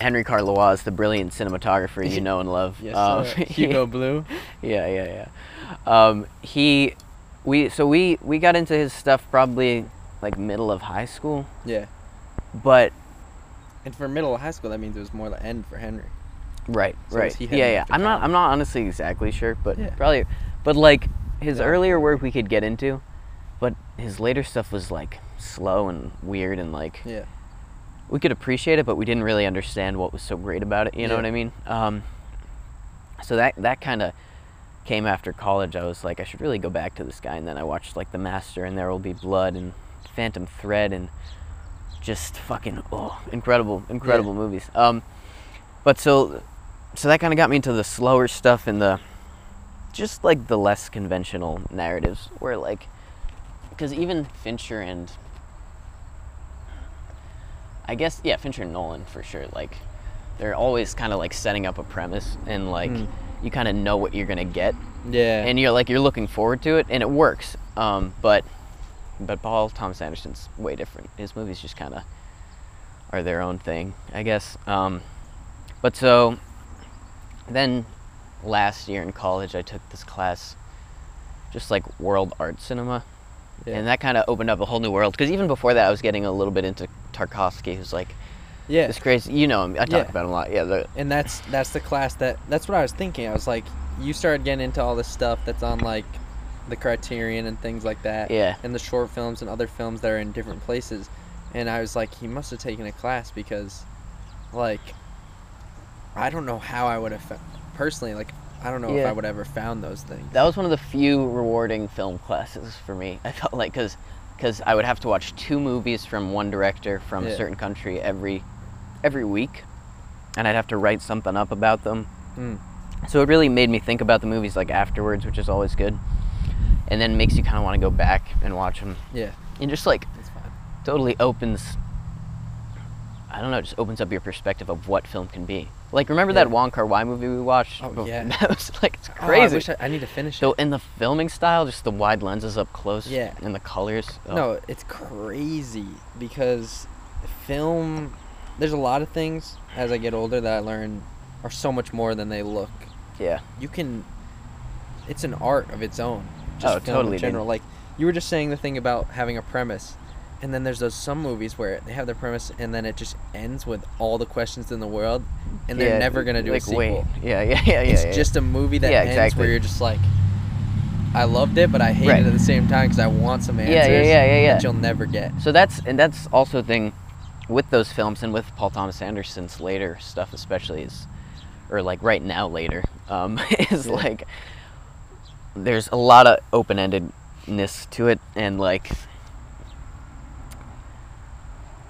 Speaker 1: Henry Carlois, the brilliant cinematographer you know and love.
Speaker 2: Yes.
Speaker 1: Um,
Speaker 2: sir. Hugo Blue.
Speaker 1: yeah, yeah, yeah. Um, he, we, so we we got into his stuff probably like middle of high school,
Speaker 2: Yeah.
Speaker 1: but
Speaker 2: And for middle of high school, that means it was more the end for Henry.
Speaker 1: right,
Speaker 2: So
Speaker 1: right,
Speaker 2: is he
Speaker 1: yeah,
Speaker 2: heading
Speaker 1: yeah.
Speaker 2: off to
Speaker 1: I'm not,
Speaker 2: college?
Speaker 1: I'm not honestly exactly sure, but
Speaker 2: Yeah.
Speaker 1: probably, but like his
Speaker 2: Yeah.
Speaker 1: earlier work we could get into, but his later stuff was like slow and weird and like
Speaker 2: Yeah.
Speaker 1: we could appreciate it, but we didn't really understand what was so great about it. You know
Speaker 2: Yeah.
Speaker 1: what I mean? Um, so that that kind of came after college. I was like, I should really go back to this guy, and then I watched like The Master and There Will Be Blood and Phantom Thread and just fucking oh, incredible, incredible movies. Um, but so so that kind of got me into the slower stuff and the just like the less conventional narratives, where like because even Fincher and I guess yeah, Fincher and Nolan for sure. Like they're always kind of like setting up a premise and like
Speaker 2: Mm.
Speaker 1: you kind of know what you're gonna get,
Speaker 2: Yeah.
Speaker 1: and you're like you're looking forward to it, and it works. Um, but but Paul Thomas Anderson's way different. His movies just kind of are their own thing, I guess. Um, but so then last year in college, I took this class, just like world art cinema
Speaker 2: Yeah.
Speaker 1: and that kind of opened up a whole new world. Because even before that, I was getting a little bit into Tarkovsky, who's like
Speaker 2: yeah.
Speaker 1: this crazy. You know him. I talk
Speaker 2: Yeah.
Speaker 1: about him a lot. Yeah, the,
Speaker 2: and that's that's the class that that's what I was thinking. I was like, you started getting into all this stuff that's on like the Criterion and things like that,
Speaker 1: yeah,
Speaker 2: and the short films and other films that are in different places, and I was like, he must have taken a class because, like, I don't know how I would have fo- personally like I don't know if
Speaker 1: Yeah.
Speaker 2: I would ever found those things.
Speaker 1: that was one of the few rewarding film classes for me. I felt like because because I would have to watch two movies from one director from
Speaker 2: Yeah.
Speaker 1: a certain country every every week, and I'd have to write something up about them.
Speaker 2: Mm.
Speaker 1: So it really made me think about the movies like afterwards, which is always good, and then makes you kind of want to go back and watch them.
Speaker 2: Yeah,
Speaker 1: And just like
Speaker 2: that's fine. Oh,
Speaker 1: totally opens I don't know, just opens up your perspective of what film can be. Like remember that
Speaker 2: Yeah.
Speaker 1: Wong Kar Wai movie we watched?
Speaker 2: Oh,
Speaker 1: Bef-
Speaker 2: yeah.
Speaker 1: That was like it's
Speaker 2: Oh,
Speaker 1: crazy.
Speaker 2: I wish I, I need to finish
Speaker 1: so
Speaker 2: it.
Speaker 1: in the filming style, just the wide lenses up close
Speaker 2: Yeah.
Speaker 1: and the colors. oh,
Speaker 2: No, it's crazy because film. There's a lot of things as I get older that I learn are so much more than they look.
Speaker 1: Yeah.
Speaker 2: You can. It's an art of its own. Just
Speaker 1: Oh,
Speaker 2: film
Speaker 1: totally, dude.
Speaker 2: In general, like you were just saying the thing about having a premise, and then there's those some movies where they have the premise and then it just ends with all the questions in the world, and they're
Speaker 1: Yeah,
Speaker 2: never gonna do
Speaker 1: like,
Speaker 2: a sequel.
Speaker 1: Wait. Yeah, yeah, yeah, yeah.
Speaker 2: it's
Speaker 1: yeah.
Speaker 2: just a movie that
Speaker 1: Yeah,
Speaker 2: ends where
Speaker 1: exactly.
Speaker 2: you're just like, I loved it, but I hate
Speaker 1: Right.
Speaker 2: it at the same time because I want some answers
Speaker 1: yeah, yeah, yeah, yeah.
Speaker 2: that you'll never get.
Speaker 1: So that's and that's also a thing with those films and with Paul Thomas Anderson's later stuff, especially is, or like right now later, um, is
Speaker 2: Yeah.
Speaker 1: like there's a lot of open endedness to it, and like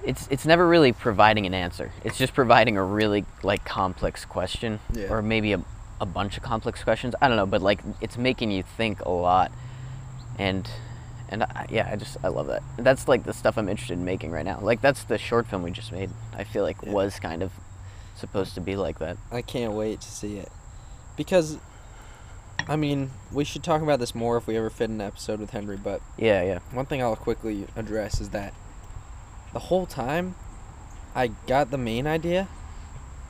Speaker 1: it's it's never really providing an answer. It's just providing a really like complex question,
Speaker 2: Yeah.
Speaker 1: or maybe a a bunch of complex questions. I don't know, but like it's making you think a lot, and and I, yeah, I just I love that. That's like the stuff I'm interested in making right now. Like that's the short film we just made. I feel like
Speaker 2: Yeah.
Speaker 1: was kind of supposed to be like that.
Speaker 2: I can't wait to see it. Because, I mean, we should talk about this more if we ever fit an episode with Henry, but
Speaker 1: Yeah, yeah,
Speaker 2: one thing I'll quickly address is that the whole time I got the main idea,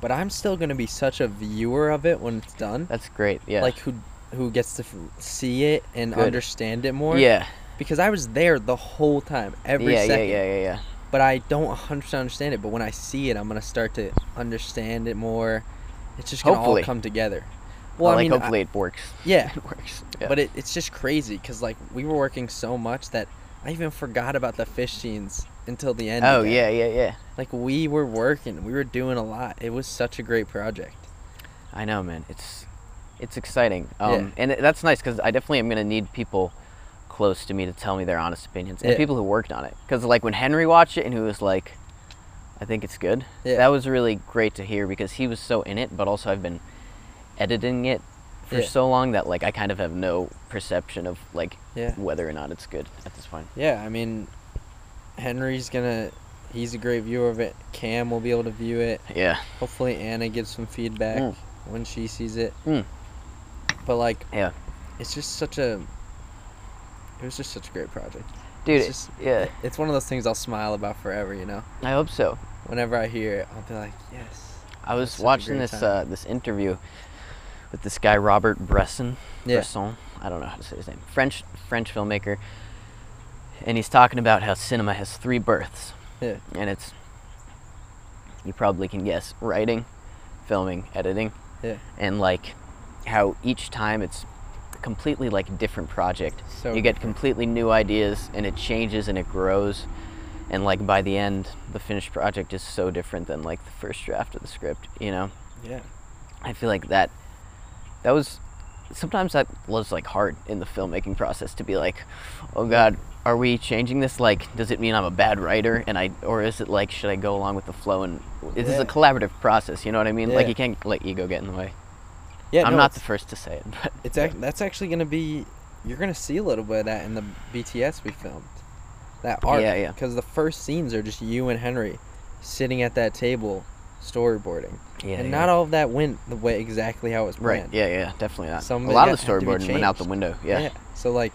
Speaker 2: but I'm still going to be such a viewer of it when it's done.
Speaker 1: that's great. Yeah,
Speaker 2: Like, who who gets to f- see it and
Speaker 1: Good.
Speaker 2: understand it more
Speaker 1: yeah,
Speaker 2: because i was there the whole time every
Speaker 1: yeah, yeah,
Speaker 2: second
Speaker 1: yeah, yeah, yeah.
Speaker 2: but i don't 100% understand it but when i see it i'm gonna start to understand it more it's just gonna
Speaker 1: Hopefully.
Speaker 2: all come together
Speaker 1: Well,
Speaker 2: well
Speaker 1: like
Speaker 2: i mean I-
Speaker 1: hopefully it works.
Speaker 2: yeah,
Speaker 1: it works. Yeah.
Speaker 2: but it, it's just crazy because like we were working so much that I even forgot about the fish scenes until the end.
Speaker 1: oh
Speaker 2: again.
Speaker 1: yeah, yeah, yeah.
Speaker 2: like we were working, we were doing a lot. It was such a great project.
Speaker 1: I know, man. It's it's exciting,
Speaker 2: Yeah.
Speaker 1: um, and it- that's nice because I definitely am gonna need people close to me to tell me their honest opinions and
Speaker 2: Yeah.
Speaker 1: people who worked on it. Because like when Henry watched it and he was like, "I think it's good,"
Speaker 2: Yeah.
Speaker 1: that was really great to hear because he was so in it, but also I've been editing it for
Speaker 2: Yeah.
Speaker 1: so long that like I kind of have no perception of like
Speaker 2: Yeah.
Speaker 1: whether or not it's good at this point.
Speaker 2: Yeah, I mean, Henry's gonna, he's a great viewer of it. Cam will be able to view it.
Speaker 1: Yeah,
Speaker 2: Hopefully Anna gives some feedback
Speaker 1: Mm.
Speaker 2: when she sees it.
Speaker 1: Mm.
Speaker 2: But like,
Speaker 1: Yeah.
Speaker 2: it's just such a. It was just such a great project.
Speaker 1: dude.
Speaker 2: It's
Speaker 1: It's
Speaker 2: just-
Speaker 1: yeah,
Speaker 2: It's one of those things I'll smile about forever, you know.
Speaker 1: I hope so.
Speaker 2: Whenever I hear it, I'll be like, yes.
Speaker 1: I
Speaker 2: That's
Speaker 1: was
Speaker 2: such a
Speaker 1: watching
Speaker 2: great
Speaker 1: this
Speaker 2: time.
Speaker 1: uh, this interview with this guy Robert Bresson.
Speaker 2: Yeah.
Speaker 1: Bresson. I don't know how to say his name. French French filmmaker. And he's talking about how cinema has three births.
Speaker 2: Yeah.
Speaker 1: And it's you probably can guess writing, filming, editing.
Speaker 2: Yeah.
Speaker 1: And like how each time it's completely like a different project.
Speaker 2: So
Speaker 1: you get completely new ideas and it changes and it grows. And like by the end, the finished project is so different than like the first draft of the script, you know?
Speaker 2: Yeah.
Speaker 1: I feel like that that was sometimes that was like hard in the filmmaking process to be like, oh god, are we changing this? Like, does it mean I'm a bad writer? And I or is it like should I go along with the flow? And is this
Speaker 2: Yeah.
Speaker 1: a collaborative process? You know what I mean? Like
Speaker 2: Yeah.
Speaker 1: you can't let ego get in the way.
Speaker 2: Yeah.
Speaker 1: I'm
Speaker 2: no,
Speaker 1: not the
Speaker 2: It's,
Speaker 1: first to say it, but
Speaker 2: it's act- that's actually gonna be. You're gonna see a little bit of that in the BTS we filmed. That art.
Speaker 1: Yeah, yeah.
Speaker 2: Because the first scenes are just you and Henry, sitting at that table, storyboarding,
Speaker 1: yeah,
Speaker 2: and
Speaker 1: yeah.
Speaker 2: not all of that went the way exactly how it was
Speaker 1: right.
Speaker 2: planned.
Speaker 1: Yeah, yeah, definitely not.
Speaker 2: Some of
Speaker 1: a
Speaker 2: it
Speaker 1: lot
Speaker 2: got-
Speaker 1: of the
Speaker 2: had to be
Speaker 1: storyboarding went out the
Speaker 2: changed.
Speaker 1: window. Yeah,
Speaker 2: So like,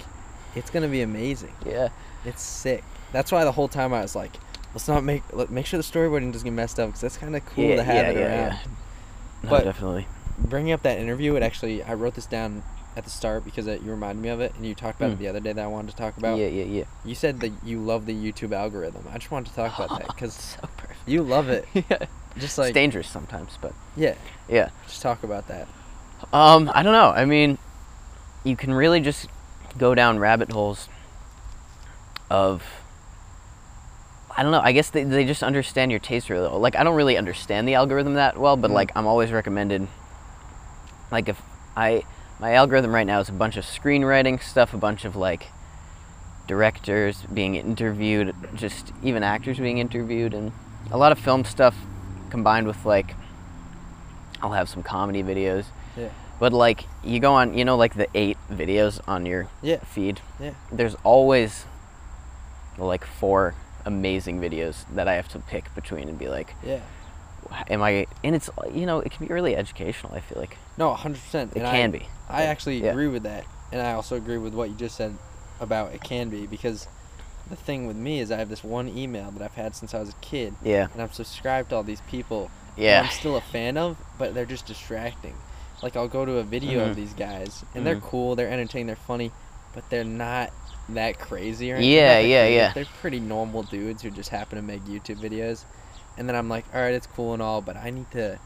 Speaker 2: it's gonna be amazing.
Speaker 1: yeah,
Speaker 2: It's sick. That's why the whole time I was like, let's not make let, make sure the storyboarding doesn't get messed up because that's kind of cool
Speaker 1: yeah,
Speaker 2: to have
Speaker 1: yeah,
Speaker 2: it
Speaker 1: yeah,
Speaker 2: around.
Speaker 1: yeah. No,
Speaker 2: But-
Speaker 1: definitely.
Speaker 2: bringing up that interview, it actually I wrote this down at the start because uh you reminded me of it, and you talked about it
Speaker 1: Hmm.
Speaker 2: the other day that I wanted to talk about.
Speaker 1: yeah, yeah, yeah.
Speaker 2: You said that you love the YouTube algorithm. I just wanted to talk about that because
Speaker 1: so perfect.
Speaker 2: you love it.
Speaker 1: yeah.
Speaker 2: Just like
Speaker 1: it's dangerous sometimes, but
Speaker 2: yeah,
Speaker 1: yeah.
Speaker 2: just talk about that.
Speaker 1: Um, I don't know. I mean, you can really just go down rabbit holes of I don't know. I guess they, they just understand your taste really well. Like I don't really understand the algorithm that well, but
Speaker 2: Mhm.
Speaker 1: like I'm always recommended. Like if I my algorithm right now is a bunch of screenwriting stuff, a bunch of like directors being interviewed, just even actors being interviewed, and a lot of film stuff combined with like I'll have some comedy videos.
Speaker 2: Yeah,
Speaker 1: But like you go on, you know, like the eight videos on your
Speaker 2: Yeah.
Speaker 1: feed.
Speaker 2: yeah,
Speaker 1: There's always like four amazing videos that I have to pick between and be like,
Speaker 2: yeah.
Speaker 1: am I? And it's you know, it can be really educational. I feel like
Speaker 2: No, hundred percent.
Speaker 1: it can be.
Speaker 2: I actually
Speaker 1: Yeah.
Speaker 2: agree with that, and I also agree with what you just said about it can be because the thing with me is I have this one email that I've had since I was a kid,
Speaker 1: Yeah,
Speaker 2: and I'm subscribed to all these people who
Speaker 1: yeah,
Speaker 2: I'm still a fan of, but they're just distracting. Like I'll go to a video
Speaker 1: Mhm.
Speaker 2: of these guys, and they're
Speaker 1: Mhm.
Speaker 2: cool, they're entertaining, they're funny, but they're not that crazy or anything.
Speaker 1: Yeah,
Speaker 2: Not that
Speaker 1: yeah,
Speaker 2: creative.
Speaker 1: yeah.
Speaker 2: They're pretty normal dudes who just happen to make YouTube videos, and then I'm like, all right, it's cool and all, but I need to,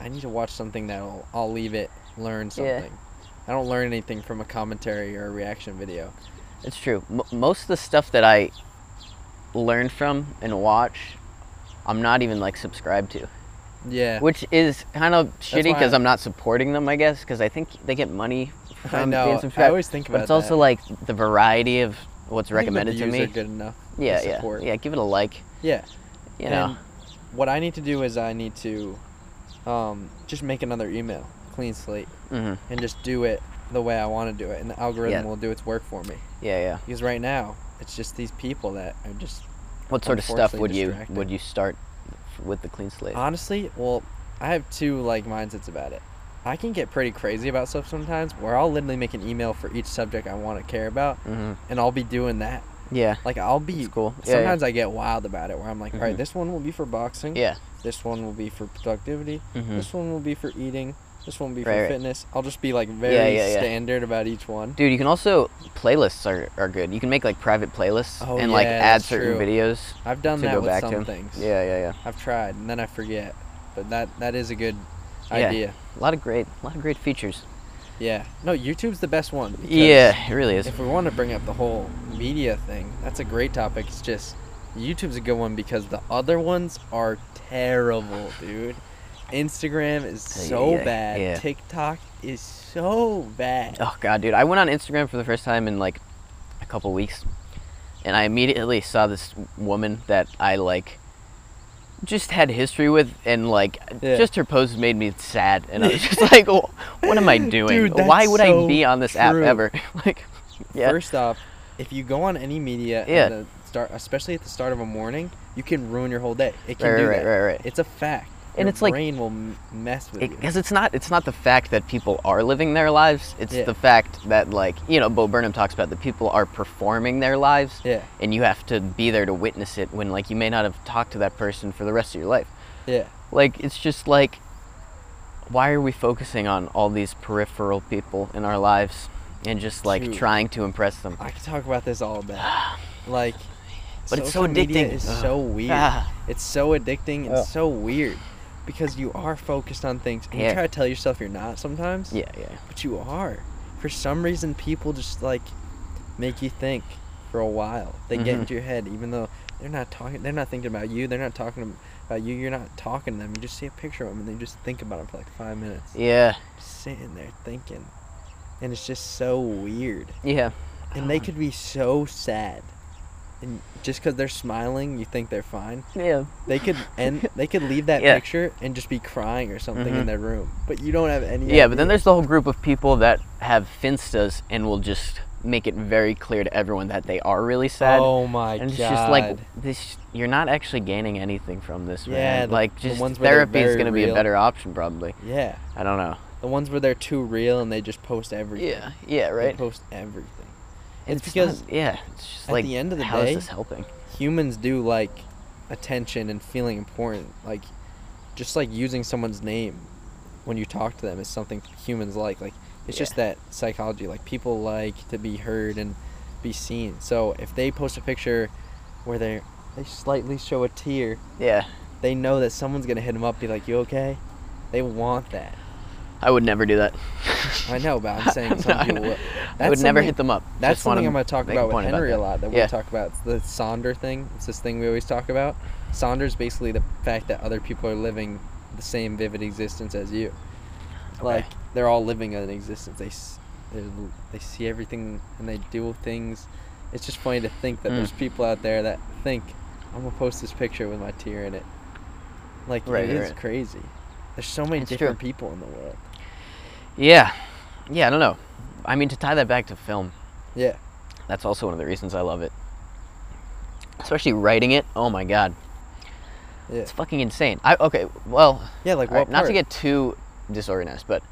Speaker 2: I need to watch something that'll I'll leave it, learn
Speaker 1: Yeah.
Speaker 2: something. I don't learn anything from a commentary or a reaction video.
Speaker 1: it's true. M- most of the stuff that I learn from and watch, I'm not even like subscribed to,
Speaker 2: Yeah,
Speaker 1: which is kind of shitty
Speaker 2: why
Speaker 1: because
Speaker 2: I-
Speaker 1: I'm not supporting them. I guess because I think they get money from
Speaker 2: I know.
Speaker 1: being
Speaker 2: I
Speaker 1: subscribed.
Speaker 2: always think about
Speaker 1: But it's also
Speaker 2: that.
Speaker 1: like the variety of what's
Speaker 2: uh, I think the
Speaker 1: recommended to
Speaker 2: views
Speaker 1: me.
Speaker 2: Are good enough.
Speaker 1: yeah,
Speaker 2: the
Speaker 1: yeah,
Speaker 2: support.
Speaker 1: yeah. Give it a like.
Speaker 2: Yeah.
Speaker 1: You know.
Speaker 2: And what I need to do is I need to um, just make another email, clean slate,
Speaker 1: Mhm.
Speaker 2: and just do it the way I want to do it, and the algorithm
Speaker 1: Yeah.
Speaker 2: will do its work for me.
Speaker 1: Yeah, yeah.
Speaker 2: Because right now, it's just these people that are just
Speaker 1: What sort of stuff
Speaker 2: Unfortunately Uh,
Speaker 1: would you
Speaker 2: distracted.
Speaker 1: would you start f- with the clean slate?
Speaker 2: honestly. Well, I have two like mindsets about it. I can get pretty crazy about stuff sometimes, where I'll literally make an email for each subject I want to care about,
Speaker 1: hmm
Speaker 2: and I'll be doing that.
Speaker 1: Yeah.
Speaker 2: Like I'll be
Speaker 1: It's cool. Yeah, yeah.
Speaker 2: Sometimes I get wild about it, where I'm like, "All right,
Speaker 1: Mhm.
Speaker 2: this one will be for boxing.
Speaker 1: Yeah.
Speaker 2: This one will be for productivity.
Speaker 1: hmm
Speaker 2: This one will be for eating. This one will be
Speaker 1: Right,
Speaker 2: for
Speaker 1: right.
Speaker 2: fitness. I'll just be like very
Speaker 1: yeah, yeah.
Speaker 2: standard about each one.
Speaker 1: Dude, you can also playlists are, are good. You can make like private playlists
Speaker 2: Oh,
Speaker 1: and like
Speaker 2: yeah,
Speaker 1: add
Speaker 2: that's
Speaker 1: certain
Speaker 2: true.
Speaker 1: videos
Speaker 2: I've done
Speaker 1: to
Speaker 2: that
Speaker 1: go
Speaker 2: with
Speaker 1: back
Speaker 2: some
Speaker 1: to. 'em.
Speaker 2: things.
Speaker 1: Yeah, yeah, yeah.
Speaker 2: I've tried and then I forget. But that that is a good
Speaker 1: Yeah.
Speaker 2: idea.
Speaker 1: A lot of great, a lot of great features.
Speaker 2: Yeah. No, YouTube's the best one. because
Speaker 1: Yeah, it really is.
Speaker 2: If we want to bring up the whole media thing, that's a great topic. It's just YouTube's a good one because the other ones are terrible, dude. Instagram is
Speaker 1: Ay,
Speaker 2: so
Speaker 1: ay, ay.
Speaker 2: bad.
Speaker 1: Yeah.
Speaker 2: TikTok is so bad.
Speaker 1: Oh god, dude! I went on Instagram for the first time in like a couple weeks, and I immediately saw this woman that I like just had history with, and like
Speaker 2: Yeah.
Speaker 1: just her posts made me sad, and I was just like, "Wh- "What am I doing?
Speaker 2: Dude,
Speaker 1: Why
Speaker 2: that's
Speaker 1: would I
Speaker 2: so
Speaker 1: be on this app
Speaker 2: true.
Speaker 1: ever?" like, yeah,
Speaker 2: First off, if you go on any media, at
Speaker 1: Yeah.
Speaker 2: the start, especially at the start of a morning, you can ruin your whole day. It can
Speaker 1: Right,
Speaker 2: do
Speaker 1: right,
Speaker 2: that.
Speaker 1: right, right, right.
Speaker 2: It's a fact.
Speaker 1: And
Speaker 2: Your
Speaker 1: it's like-
Speaker 2: brain will m- mess with you.
Speaker 1: because it's not it's not the fact that people are living their lives. It's
Speaker 2: Yeah.
Speaker 1: the fact that like you know, Bo Burnham talks about that people are performing their lives.
Speaker 2: Yeah,
Speaker 1: And you have to be there to witness it when, like, you may not have talked to that person for the rest of your life.
Speaker 2: yeah,
Speaker 1: Like it's just like why are we focusing on all these peripheral people in our lives and just like
Speaker 2: Dude.
Speaker 1: trying to impress them?
Speaker 2: I could talk about this all day. Like,
Speaker 1: But it's
Speaker 2: social
Speaker 1: so
Speaker 2: media
Speaker 1: addicting.
Speaker 2: Is
Speaker 1: Ugh.
Speaker 2: so weird.
Speaker 1: Ah.
Speaker 2: It's so addicting and
Speaker 1: Ugh.
Speaker 2: so weird because you are focused on things. And
Speaker 1: Yeah.
Speaker 2: You try to tell yourself you're not sometimes.
Speaker 1: Yeah, yeah.
Speaker 2: But you are. For some reason, people just like make you think for a while. They get
Speaker 1: Mhm.
Speaker 2: into your head, even though they're not talking. They're not thinking about you. They're not talking about you. You're not talking to them. You just see a picture of them, and then you just think about them for like five minutes.
Speaker 1: Yeah.
Speaker 2: Just sitting there thinking, and it's just so weird.
Speaker 1: Yeah.
Speaker 2: And
Speaker 1: Ah.
Speaker 2: they could be so sad, and just because they're smiling, you think they're fine.
Speaker 1: Yeah.
Speaker 2: They could and they could leave that
Speaker 1: Yeah.
Speaker 2: picture and just be crying or something
Speaker 1: Mhm.
Speaker 2: in their room, but you don't have any.
Speaker 1: Yeah, but then
Speaker 2: idea.
Speaker 1: there's the whole group of people that have finstas and will just make it very clear to everyone that they are really sad.
Speaker 2: Oh my
Speaker 1: and
Speaker 2: god!
Speaker 1: it's just like this you're not actually gaining anything from this, man.
Speaker 2: Yeah, the-
Speaker 1: like
Speaker 2: the
Speaker 1: just
Speaker 2: ones where they're
Speaker 1: therapy is
Speaker 2: very
Speaker 1: going to be a
Speaker 2: real.
Speaker 1: better option probably.
Speaker 2: Yeah,
Speaker 1: I don't know.
Speaker 2: the ones where they're too real and they just post everything.
Speaker 1: Yeah. Yeah,
Speaker 2: They
Speaker 1: right.
Speaker 2: post everything.
Speaker 1: It's,
Speaker 2: It's
Speaker 1: because
Speaker 2: because
Speaker 1: yeah, it's just
Speaker 2: at
Speaker 1: like
Speaker 2: the end of the
Speaker 1: how is
Speaker 2: day-
Speaker 1: this helping?
Speaker 2: humans do like attention and feeling important. Like just like using someone's name when you talk to them is something humans like. Like It's
Speaker 1: Yeah.
Speaker 2: just that psychology. Like people like to be heard and be seen. So if they post a picture where they they slightly show a tear,
Speaker 1: Yeah.
Speaker 2: they know that someone's gonna hit them up, be like, "You okay?" They want that.
Speaker 1: I would never do that.
Speaker 2: I know, but I'm saying some
Speaker 1: I
Speaker 2: people.
Speaker 1: know.
Speaker 2: Will.
Speaker 1: I would never
Speaker 2: something-
Speaker 1: hit them up.
Speaker 2: That's
Speaker 1: Just wanna
Speaker 2: something I'm going to talk
Speaker 1: make a
Speaker 2: about with
Speaker 1: point
Speaker 2: Henry
Speaker 1: that.
Speaker 2: a lot that
Speaker 1: Yeah.
Speaker 2: we talk about. It's the Sonder thing. It's this thing we always talk about. Sonder is basically the fact that other people are living the same vivid existence as you. Like, they're all living an existence. They, s- they're l- they see everything and they do things. It's just funny to think that
Speaker 1: Mm.
Speaker 2: there's people out there that think, I'm going to post this picture with my tear in it. Like,
Speaker 1: Right,
Speaker 2: it is
Speaker 1: right.
Speaker 2: crazy. There's so many
Speaker 1: It's true.
Speaker 2: different people in the world.
Speaker 1: Yeah. Yeah, I don't know. I mean, to tie that back to film,
Speaker 2: Yeah.
Speaker 1: that's also one of the reasons I love it. Especially writing it. Oh my god.
Speaker 2: Yeah.
Speaker 1: It's fucking insane. I okay, well,
Speaker 2: Yeah, like,
Speaker 1: all right,
Speaker 2: what
Speaker 1: not to
Speaker 2: part?
Speaker 1: get too disorganized, but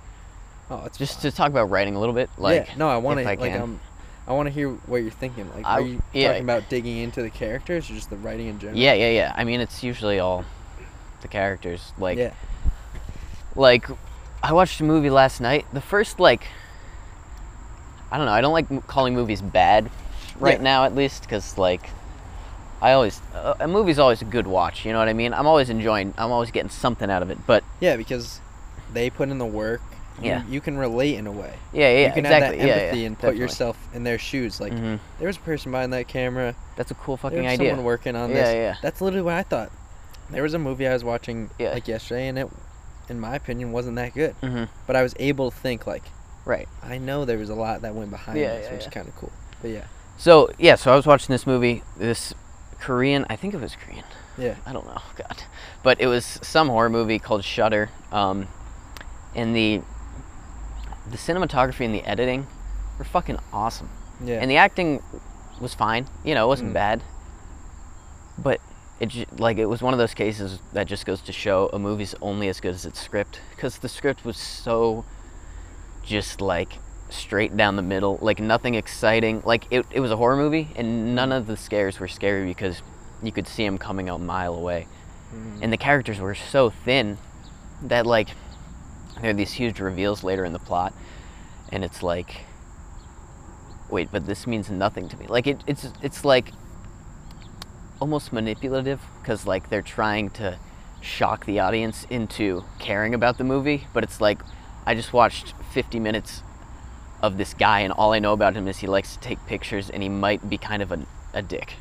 Speaker 2: Oh, it's
Speaker 1: just
Speaker 2: fine.
Speaker 1: to talk about writing a little bit, like
Speaker 2: yeah, no, I want to
Speaker 1: if I
Speaker 2: like
Speaker 1: can.
Speaker 2: um, I want to hear what you're thinking. Like,
Speaker 1: I-
Speaker 2: are you
Speaker 1: yeah.
Speaker 2: talking about digging into the characters or just the writing in general?
Speaker 1: Yeah, yeah, yeah. I mean, it's usually all the characters like
Speaker 2: yeah,
Speaker 1: like I watched a movie last night. The first like I don't know. I don't like m- calling movies bad right
Speaker 2: Yeah.
Speaker 1: now, at least, because like I always uh, a movie's always a good watch. You know what I mean? I'm always enjoying. I'm always getting something out of it. But
Speaker 2: yeah, because they put in the work. You,
Speaker 1: Yeah.
Speaker 2: you can relate in a way.
Speaker 1: yeah, yeah,
Speaker 2: you can
Speaker 1: exactly.
Speaker 2: have that
Speaker 1: yeah,
Speaker 2: empathy
Speaker 1: yeah,
Speaker 2: and put
Speaker 1: definitely.
Speaker 2: yourself in their shoes. Like,
Speaker 1: Mhm.
Speaker 2: there was a person behind that camera.
Speaker 1: That's a cool
Speaker 2: there
Speaker 1: fucking
Speaker 2: was
Speaker 1: idea.
Speaker 2: Someone working on
Speaker 1: yeah,
Speaker 2: this.
Speaker 1: yeah.
Speaker 2: That's literally what I thought. There was a movie I was watching
Speaker 1: Yeah.
Speaker 2: like yesterday, and it, in my opinion, wasn't that good.
Speaker 1: Mhm.
Speaker 2: But I was able to think like,
Speaker 1: Right.
Speaker 2: I know there was a lot that went behind
Speaker 1: Yeah,
Speaker 2: this,
Speaker 1: yeah,
Speaker 2: which is
Speaker 1: yeah.
Speaker 2: kind of cool. But yeah,
Speaker 1: So yeah, so I was watching this movie, this Korean. I think it was Korean.
Speaker 2: yeah,
Speaker 1: I don't know, God, but it was some horror movie called Shudder, um, and the the cinematography and the editing were fucking awesome,
Speaker 2: yeah.
Speaker 1: and the acting was fine. You know, it wasn't
Speaker 2: Mm.
Speaker 1: bad, but it ju- like it was one of those cases that just goes to show a movie's only as good as its script, because the script was so just like straight down the middle, like nothing exciting. Like it, it was a horror movie, and none of the scares were scary because you could see them coming a mile away.
Speaker 2: Mhm.
Speaker 1: And the characters were so thin that like there are these huge reveals later in the plot, and it's like, wait, but this means nothing to me. Like it, it's it's like almost manipulative because like they're trying to shock the audience into caring about the movie but it's like i just watched 50 minutes of this guy and all i know about him is he likes to take pictures and he might be kind of a, a dick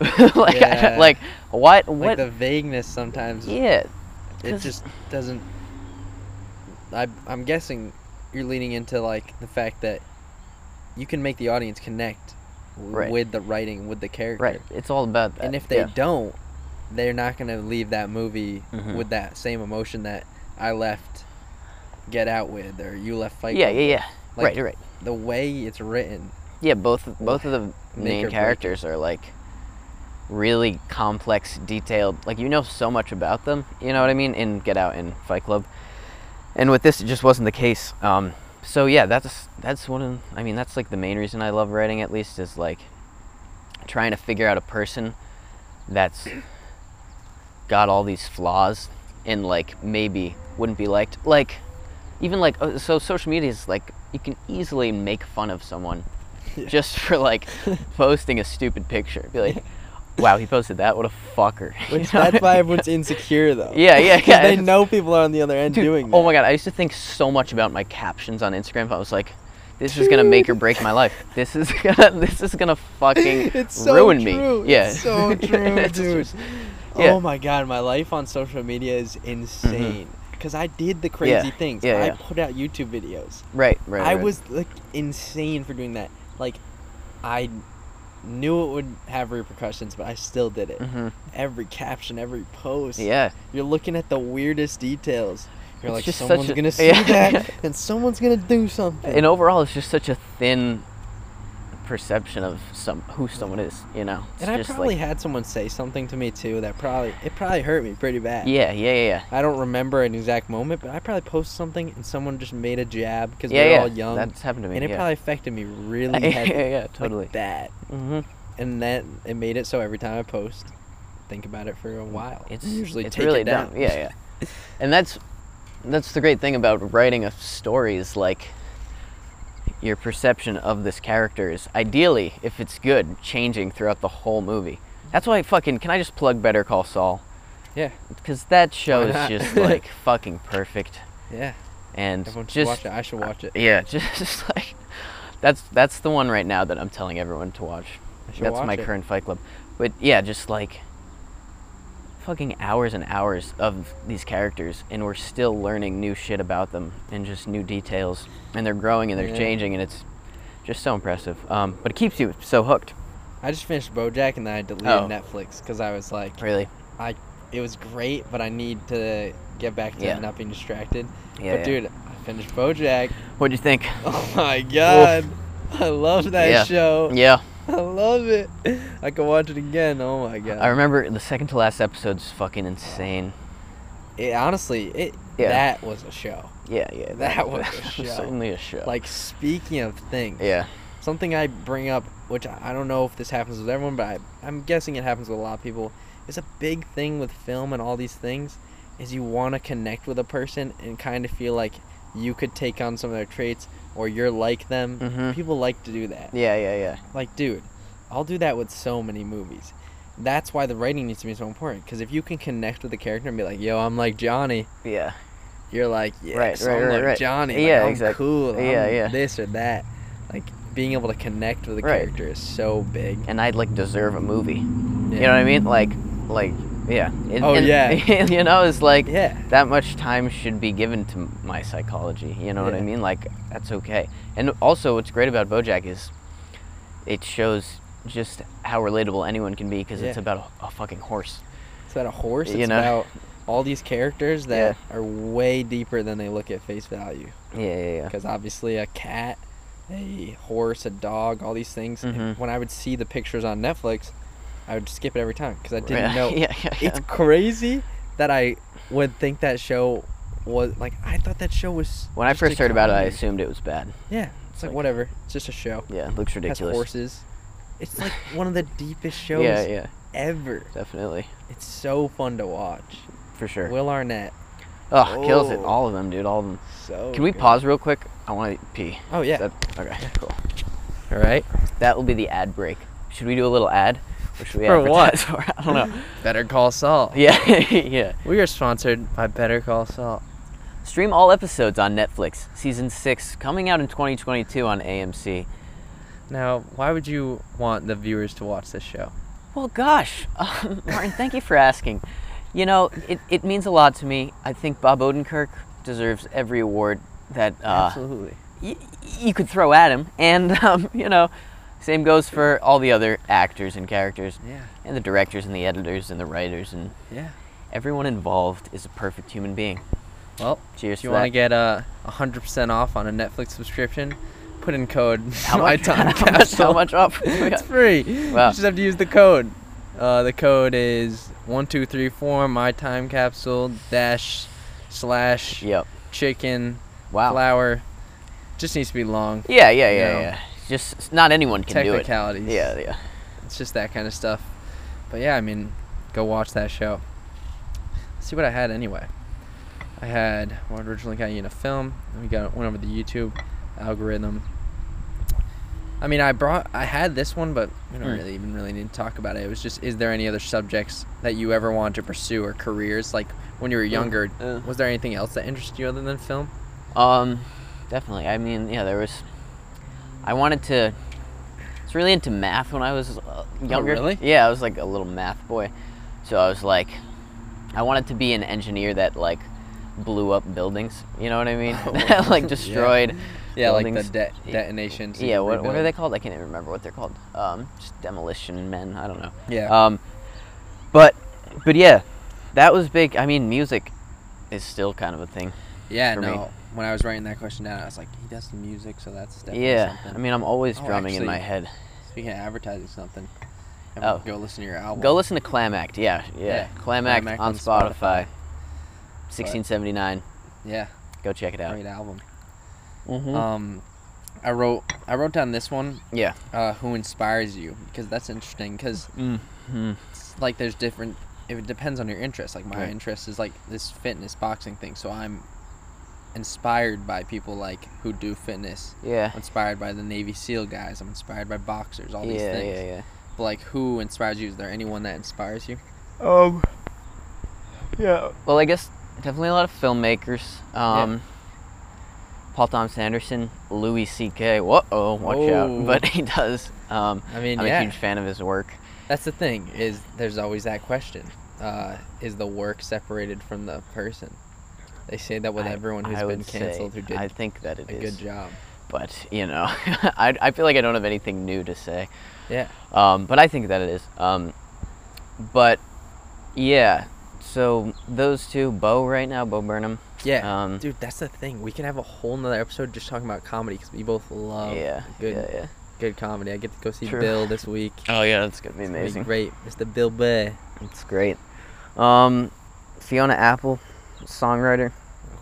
Speaker 1: like
Speaker 2: Yeah.
Speaker 1: I, like what
Speaker 2: like
Speaker 1: what
Speaker 2: the vagueness sometimes
Speaker 1: yeah
Speaker 2: it
Speaker 1: 'cause-
Speaker 2: just doesn't I, i'm guessing you're leaning into like the fact that you can make the audience connect w-
Speaker 1: Right.
Speaker 2: with the writing with the character
Speaker 1: right it's all about that
Speaker 2: and if they
Speaker 1: yeah.
Speaker 2: don't they're not going to leave that movie
Speaker 1: Mhm.
Speaker 2: with that same emotion that i left get out with or you left fight
Speaker 1: yeah
Speaker 2: Club
Speaker 1: yeah
Speaker 2: with.
Speaker 1: yeah
Speaker 2: Like,
Speaker 1: right right
Speaker 2: the way it's written
Speaker 1: Yeah, both both of the
Speaker 2: Make or
Speaker 1: main
Speaker 2: break it.
Speaker 1: characters are like really complex, detailed. Like you know so much about them. You know what I mean? In Get Out and Fight Club, and with this, it just wasn't the case. Um, so yeah, that's that's one of. I mean, that's like the main reason I love writing. At least is like trying to figure out a person that's got all these flaws and like maybe wouldn't be liked. Like even like uh, so, social media is like you can easily make fun of someone just for like posting a stupid picture. Be like, wow, he posted that. What a fucker. You
Speaker 2: which
Speaker 1: know?
Speaker 2: that's why everyone's insecure though
Speaker 1: Yeah, yeah,
Speaker 2: 'Cause
Speaker 1: yeah,
Speaker 2: they
Speaker 1: it's-
Speaker 2: know people are on the other end
Speaker 1: Dude,
Speaker 2: doing that.
Speaker 1: Oh my god, I used to think so much about my captions on Instagram. I was like, this is gonna make or break my life. This is gonna, this is gonna fucking
Speaker 2: it's so
Speaker 1: ruin
Speaker 2: true.
Speaker 1: me. Yeah,
Speaker 2: It's so true,
Speaker 1: It's
Speaker 2: dude.
Speaker 1: just- yeah.
Speaker 2: Oh my god, my life on social media is insane. Cause I did the crazy things.
Speaker 1: Mm-hmm. yeah,
Speaker 2: I
Speaker 1: yeah.
Speaker 2: put out YouTube videos.
Speaker 1: right, right.
Speaker 2: I
Speaker 1: right.
Speaker 2: was like insane for doing that. Like, I knew it would have repercussions, but I still did it.
Speaker 1: Mhm.
Speaker 2: Every caption, every post.
Speaker 1: Yeah,
Speaker 2: You're looking at the weirdest details. You're
Speaker 1: It's
Speaker 2: like,
Speaker 1: just such
Speaker 2: someone's
Speaker 1: a-
Speaker 2: gonna see
Speaker 1: yeah.
Speaker 2: that, and someone's gonna do something.
Speaker 1: and overall, it's just such a thin perception of some who someone is. You know, it's
Speaker 2: And I
Speaker 1: just
Speaker 2: probably
Speaker 1: like,
Speaker 2: had someone say something to me too that probably it probably hurt me pretty bad.
Speaker 1: yeah, yeah, yeah, yeah.
Speaker 2: I don't remember an exact moment, but I probably posted something and someone just made a jab because
Speaker 1: yeah,
Speaker 2: we were
Speaker 1: yeah.
Speaker 2: all young,
Speaker 1: That's happened to me.
Speaker 2: and it
Speaker 1: yeah.
Speaker 2: probably affected me really
Speaker 1: yeah,
Speaker 2: heavy,
Speaker 1: yeah, yeah,
Speaker 2: like
Speaker 1: totally.
Speaker 2: that,
Speaker 1: hmm
Speaker 2: and then it made it so every time I post, think about it for a while.
Speaker 1: It's
Speaker 2: I usually
Speaker 1: Mm-hmm. it's
Speaker 2: take
Speaker 1: really
Speaker 2: it down.
Speaker 1: dumb. Yeah, yeah. and that's that's the great thing about writing a story is like your perception of this character is ideally, if it's good, changing throughout the whole movie. That's why fucking can I just plug Better Call Saul?
Speaker 2: Yeah.
Speaker 1: Because that show
Speaker 2: Why
Speaker 1: is
Speaker 2: not?
Speaker 1: just like fucking perfect,
Speaker 2: Yeah.
Speaker 1: and
Speaker 2: Everyone should
Speaker 1: just
Speaker 2: watch it. I should watch it.
Speaker 1: yeah, just like that's that's the one right now that I'm telling everyone to watch.
Speaker 2: I should
Speaker 1: That's
Speaker 2: watch
Speaker 1: my
Speaker 2: it.
Speaker 1: current Fight Club. But yeah, just like fucking hours and hours of these characters, and we're still learning new shit about them and just new details, and they're growing and they're
Speaker 2: Yeah.
Speaker 1: changing, and it's just so impressive. Um, but it keeps you so hooked,
Speaker 2: I just finished BoJack and then I deleted
Speaker 1: Oh.
Speaker 2: Netflix because I was like,
Speaker 1: really.
Speaker 2: it was great, but I need to get back to
Speaker 1: Yeah.
Speaker 2: not being distracted.
Speaker 1: Yeah,
Speaker 2: but
Speaker 1: yeah.
Speaker 2: dude, I finished BoJack.
Speaker 1: what'd you think?
Speaker 2: Oh my god, I love that
Speaker 1: Yeah.
Speaker 2: show.
Speaker 1: Yeah,
Speaker 2: I love it. I can watch it again. Oh my god.
Speaker 1: I remember the second to last episode's fucking insane.
Speaker 2: It, honestly, it
Speaker 1: Yeah.
Speaker 2: that was a show.
Speaker 1: Yeah, yeah,
Speaker 2: That was a show.
Speaker 1: certainly a show.
Speaker 2: Like speaking of things,
Speaker 1: yeah,
Speaker 2: something I bring up, which I I don't know if this happens with everyone, but I, I'm guessing it happens with a lot of people. It's a big thing with film and all these things, is you want to connect with a person and kind of feel like you could take on some of their traits or you're like them.
Speaker 1: Mhm.
Speaker 2: People like to do that.
Speaker 1: yeah, yeah, yeah.
Speaker 2: Like, dude, I'll do that with so many movies. That's why the writing needs to be so important. Because if you can connect with the character and be like, "Yo, I'm like Johnny,"
Speaker 1: Yeah,
Speaker 2: you're like, "Yeah,
Speaker 1: Right,
Speaker 2: so
Speaker 1: right,
Speaker 2: I'm
Speaker 1: right,
Speaker 2: like
Speaker 1: right.
Speaker 2: Johnny. Like,
Speaker 1: Yeah,
Speaker 2: I'm
Speaker 1: exact-
Speaker 2: Cool. I'm
Speaker 1: yeah, yeah.
Speaker 2: This or that. Like being able to connect with the
Speaker 1: Right.
Speaker 2: character is so big.
Speaker 1: and I'd like deserve a movie.
Speaker 2: Yeah.
Speaker 1: You know what I mean? Like, like, yeah. And-
Speaker 2: Oh,
Speaker 1: and-
Speaker 2: yeah.
Speaker 1: you know, it's like
Speaker 2: Yeah.
Speaker 1: that much time should be given to m- my psychology. You know what I
Speaker 2: Yeah.
Speaker 1: mean? Like, that's okay. And also, what's great about BoJack is it shows just how relatable anyone can be because it's
Speaker 2: Yeah.
Speaker 1: about a, a fucking horse.
Speaker 2: It's about a horse. It's
Speaker 1: You know?
Speaker 2: about all these characters that are way deeper than they look at face value.
Speaker 1: Yeah, yeah,
Speaker 2: Because obviously, a cat, a horse, a dog, all these things.
Speaker 1: Mhm.
Speaker 2: When I would see the pictures on Netflix, I would skip it every time because I
Speaker 1: yeah.
Speaker 2: didn't know.
Speaker 1: yeah, yeah, yeah.
Speaker 2: It's crazy that I would think that show was like I thought that show was.
Speaker 1: when I
Speaker 2: just a
Speaker 1: first heard about it, I
Speaker 2: comedy.
Speaker 1: assumed it was bad.
Speaker 2: yeah, it's like,
Speaker 1: like-
Speaker 2: whatever. It's just a show.
Speaker 1: Yeah, it looks
Speaker 2: It has
Speaker 1: ridiculous.
Speaker 2: horses. It's like one of the deepest shows
Speaker 1: Yeah, yeah,
Speaker 2: ever.
Speaker 1: definitely,
Speaker 2: It's so fun to watch.
Speaker 1: for sure.
Speaker 2: Will Arnett.
Speaker 1: oh, kills it.
Speaker 2: Oh.
Speaker 1: All of them, dude. All of them.
Speaker 2: So.
Speaker 1: Can we
Speaker 2: good.
Speaker 1: pause real quick? I want to pee.
Speaker 2: Oh yeah.
Speaker 1: That- okay, cool.
Speaker 2: All right.
Speaker 1: That will be the ad break. Should we do a little ad? Or should we
Speaker 2: For what?
Speaker 1: advertise For? I don't know.
Speaker 2: Better Call Saul.
Speaker 1: Yeah, yeah.
Speaker 2: We are sponsored by Better Call Saul.
Speaker 1: Stream all episodes on Netflix. Season six coming out in 2022 on AMC.
Speaker 2: Now, why would you want the viewers to watch this show?
Speaker 1: Well, gosh, um, Martin, thank you for asking. You know, it, it means a lot to me. I think Bob Odenkirk deserves every award that uh,
Speaker 2: Absolutely.
Speaker 1: y- you could throw at him, and um, you know, same goes for all the other actors and characters,
Speaker 2: Yeah.
Speaker 1: and the directors and the editors and the writers and
Speaker 2: Yeah.
Speaker 1: Everyone involved is a perfect human being.
Speaker 2: Well,
Speaker 1: Cheers
Speaker 2: if you
Speaker 1: to
Speaker 2: want to
Speaker 1: that.
Speaker 2: get a uh, 100% off on a Netflix subscription, put in code
Speaker 1: How much?
Speaker 2: MyTime
Speaker 1: how, much
Speaker 2: Capsule.
Speaker 1: how much off?
Speaker 2: it's free.
Speaker 1: Wow.
Speaker 2: You just have to use the code. Uh, the code is 1234 my time capsule dash slash
Speaker 1: yep.
Speaker 2: chicken
Speaker 1: Wow.
Speaker 2: flour. Just needs to be long.
Speaker 1: Yeah, yeah, yeah,
Speaker 2: No.
Speaker 1: yeah. Just s- not anyone can do it.
Speaker 2: Technicalities.
Speaker 1: Yeah, yeah.
Speaker 2: It's just that kind of stuff. But yeah, I mean, go watch that show. See what I had anyway. I had well, I originally got you in a film. Then we got went over the YouTube algorithm. I mean, I brought I had this one, but we don't
Speaker 1: Hmm.
Speaker 2: really even really need to talk about it. It was just, is there any other subjects that you ever wanted to pursue or careers? Like when you were younger,
Speaker 1: uh.
Speaker 2: was there anything else that interested you other than film?
Speaker 1: Um, definitely. I mean, yeah, there was. I wanted to. I was really into math when I was uh, younger.
Speaker 2: Oh, really?
Speaker 1: Yeah, I was like a little math boy. So I was like, I wanted to be an engineer that like blew up buildings. You know what I mean? That like
Speaker 2: Yeah.
Speaker 1: destroyed.
Speaker 2: Yeah, like
Speaker 1: buildings.
Speaker 2: the de- detonations. that
Speaker 1: yeah,
Speaker 2: you
Speaker 1: what, what are
Speaker 2: rebuild.
Speaker 1: they called? I can't even remember what they're called. Um, just demolition men. I don't know.
Speaker 2: Yeah.
Speaker 1: Um, but but yeah, that was big. I mean, music is still kind of a thing.
Speaker 2: Yeah,
Speaker 1: for me.
Speaker 2: no. When I was writing that question down, I was like, he does the music, so that's definitely
Speaker 1: yeah.
Speaker 2: something.
Speaker 1: I mean, I'm always
Speaker 2: Oh,
Speaker 1: drumming in my
Speaker 2: actually,
Speaker 1: head.
Speaker 2: speaking of advertising something,
Speaker 1: Oh.
Speaker 2: go listen to your album.
Speaker 1: Go listen to Clam Act. Yeah, yeah.
Speaker 2: Yeah,
Speaker 1: Clam
Speaker 2: Clam
Speaker 1: Act
Speaker 2: Act
Speaker 1: on
Speaker 2: on
Speaker 1: Spotify.
Speaker 2: Spotify.
Speaker 1: 1679.
Speaker 2: Yeah,
Speaker 1: Go check it out.
Speaker 2: great album.
Speaker 1: Mm-hmm.
Speaker 2: Um, I wrote I wrote down this one,
Speaker 1: yeah.
Speaker 2: uh, who inspires you, because that's interesting. Because
Speaker 1: Mm-hmm.
Speaker 2: like, there's different. It depends on your interest. Like my
Speaker 1: Right.
Speaker 2: interest is like this fitness boxing thing, so I'm inspired by people like who do fitness.
Speaker 1: Yeah.
Speaker 2: I'm inspired by the Navy SEAL guys. I'm inspired by boxers. All these
Speaker 1: yeah,
Speaker 2: things.
Speaker 1: yeah, yeah.
Speaker 2: But like, who inspires you? Is there anyone that inspires you?
Speaker 1: Um. Yeah. Well, I guess definitely a lot of filmmakers. Um, Paul Thomas Anderson, Louis C.K. Whoa, watch
Speaker 2: Oh.
Speaker 1: out! But he does. Um,
Speaker 2: I mean,
Speaker 1: I'm
Speaker 2: yeah.
Speaker 1: a huge fan of his work.
Speaker 2: That's the thing. Is there's always that question? Uh, is the work separated from the person? They say that with
Speaker 1: I-
Speaker 2: everyone who's
Speaker 1: I
Speaker 2: been
Speaker 1: would say-
Speaker 2: canceled who did
Speaker 1: I think that it
Speaker 2: a
Speaker 1: is.
Speaker 2: good job.
Speaker 1: But you know, I I feel like I don't have anything new to say.
Speaker 2: Yeah.
Speaker 1: Um, but I think that it is. Um, but yeah, so those two, Bo right now, Bo Burnham.
Speaker 2: Yeah,
Speaker 1: Um,
Speaker 2: dude, that's the thing. We can have a whole nother episode just talking about comedy because we both love
Speaker 1: yeah,
Speaker 2: um, good,
Speaker 1: yeah, yeah.
Speaker 2: good comedy. I get to go see
Speaker 1: True.
Speaker 2: Bill this week.
Speaker 1: Oh yeah, that's gonna be
Speaker 2: It's gonna be
Speaker 1: amazing.
Speaker 2: great, Mr. Bill Burr.
Speaker 1: It's great. Um, Fiona Apple, songwriter,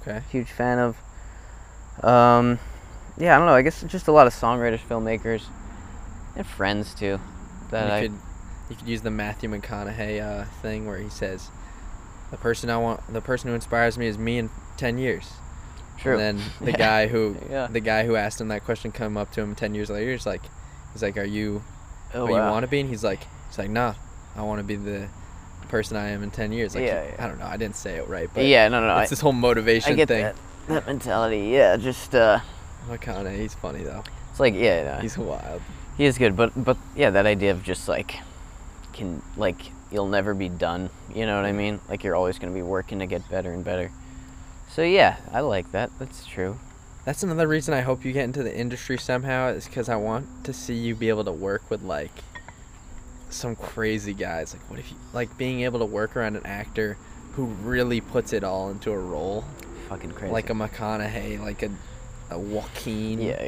Speaker 2: Okay.
Speaker 1: huge fan of. Um, yeah, I don't know. I guess it's just a lot of songwriters, filmmakers, and friends too. That
Speaker 2: you
Speaker 1: I
Speaker 2: could you could use the Matthew McConaughey uh, thing where he says, "The person I want, the person who inspires me is me in ten years."
Speaker 1: true.
Speaker 2: And then the
Speaker 1: Yeah.
Speaker 2: guy who
Speaker 1: Yeah.
Speaker 2: the guy who asked him that question come up to him ten years later. He's like, he's like, "Are you
Speaker 1: Oh,
Speaker 2: what you
Speaker 1: wow.
Speaker 2: want to be?" And he's like, he's like, "Nah, I want to be the." person I am in ten years. Like,
Speaker 1: Yeah, yeah.
Speaker 2: I don't know. I didn't say it right, but
Speaker 1: yeah, no, no, no. I,
Speaker 2: it's this whole motivation
Speaker 1: I get
Speaker 2: thing.
Speaker 1: that that mentality. Yeah, just uh,
Speaker 2: McConaughey, he's funny though.
Speaker 1: it's like yeah, no,
Speaker 2: He's wild.
Speaker 1: he is good, but but yeah, that idea of just like can like you'll never be done. You know what I mean? Like you're always gonna be working to get better and better. So yeah, I like that. That's true.
Speaker 2: That's another reason I hope you get into the industry somehow is because I want to see you be able to work with like some crazy guys. Like, what if you like being able to work around an actor who really puts it all into a role,
Speaker 1: Fucking crazy.
Speaker 2: like a McConaughey, like a, a Joaquin.
Speaker 1: yeah,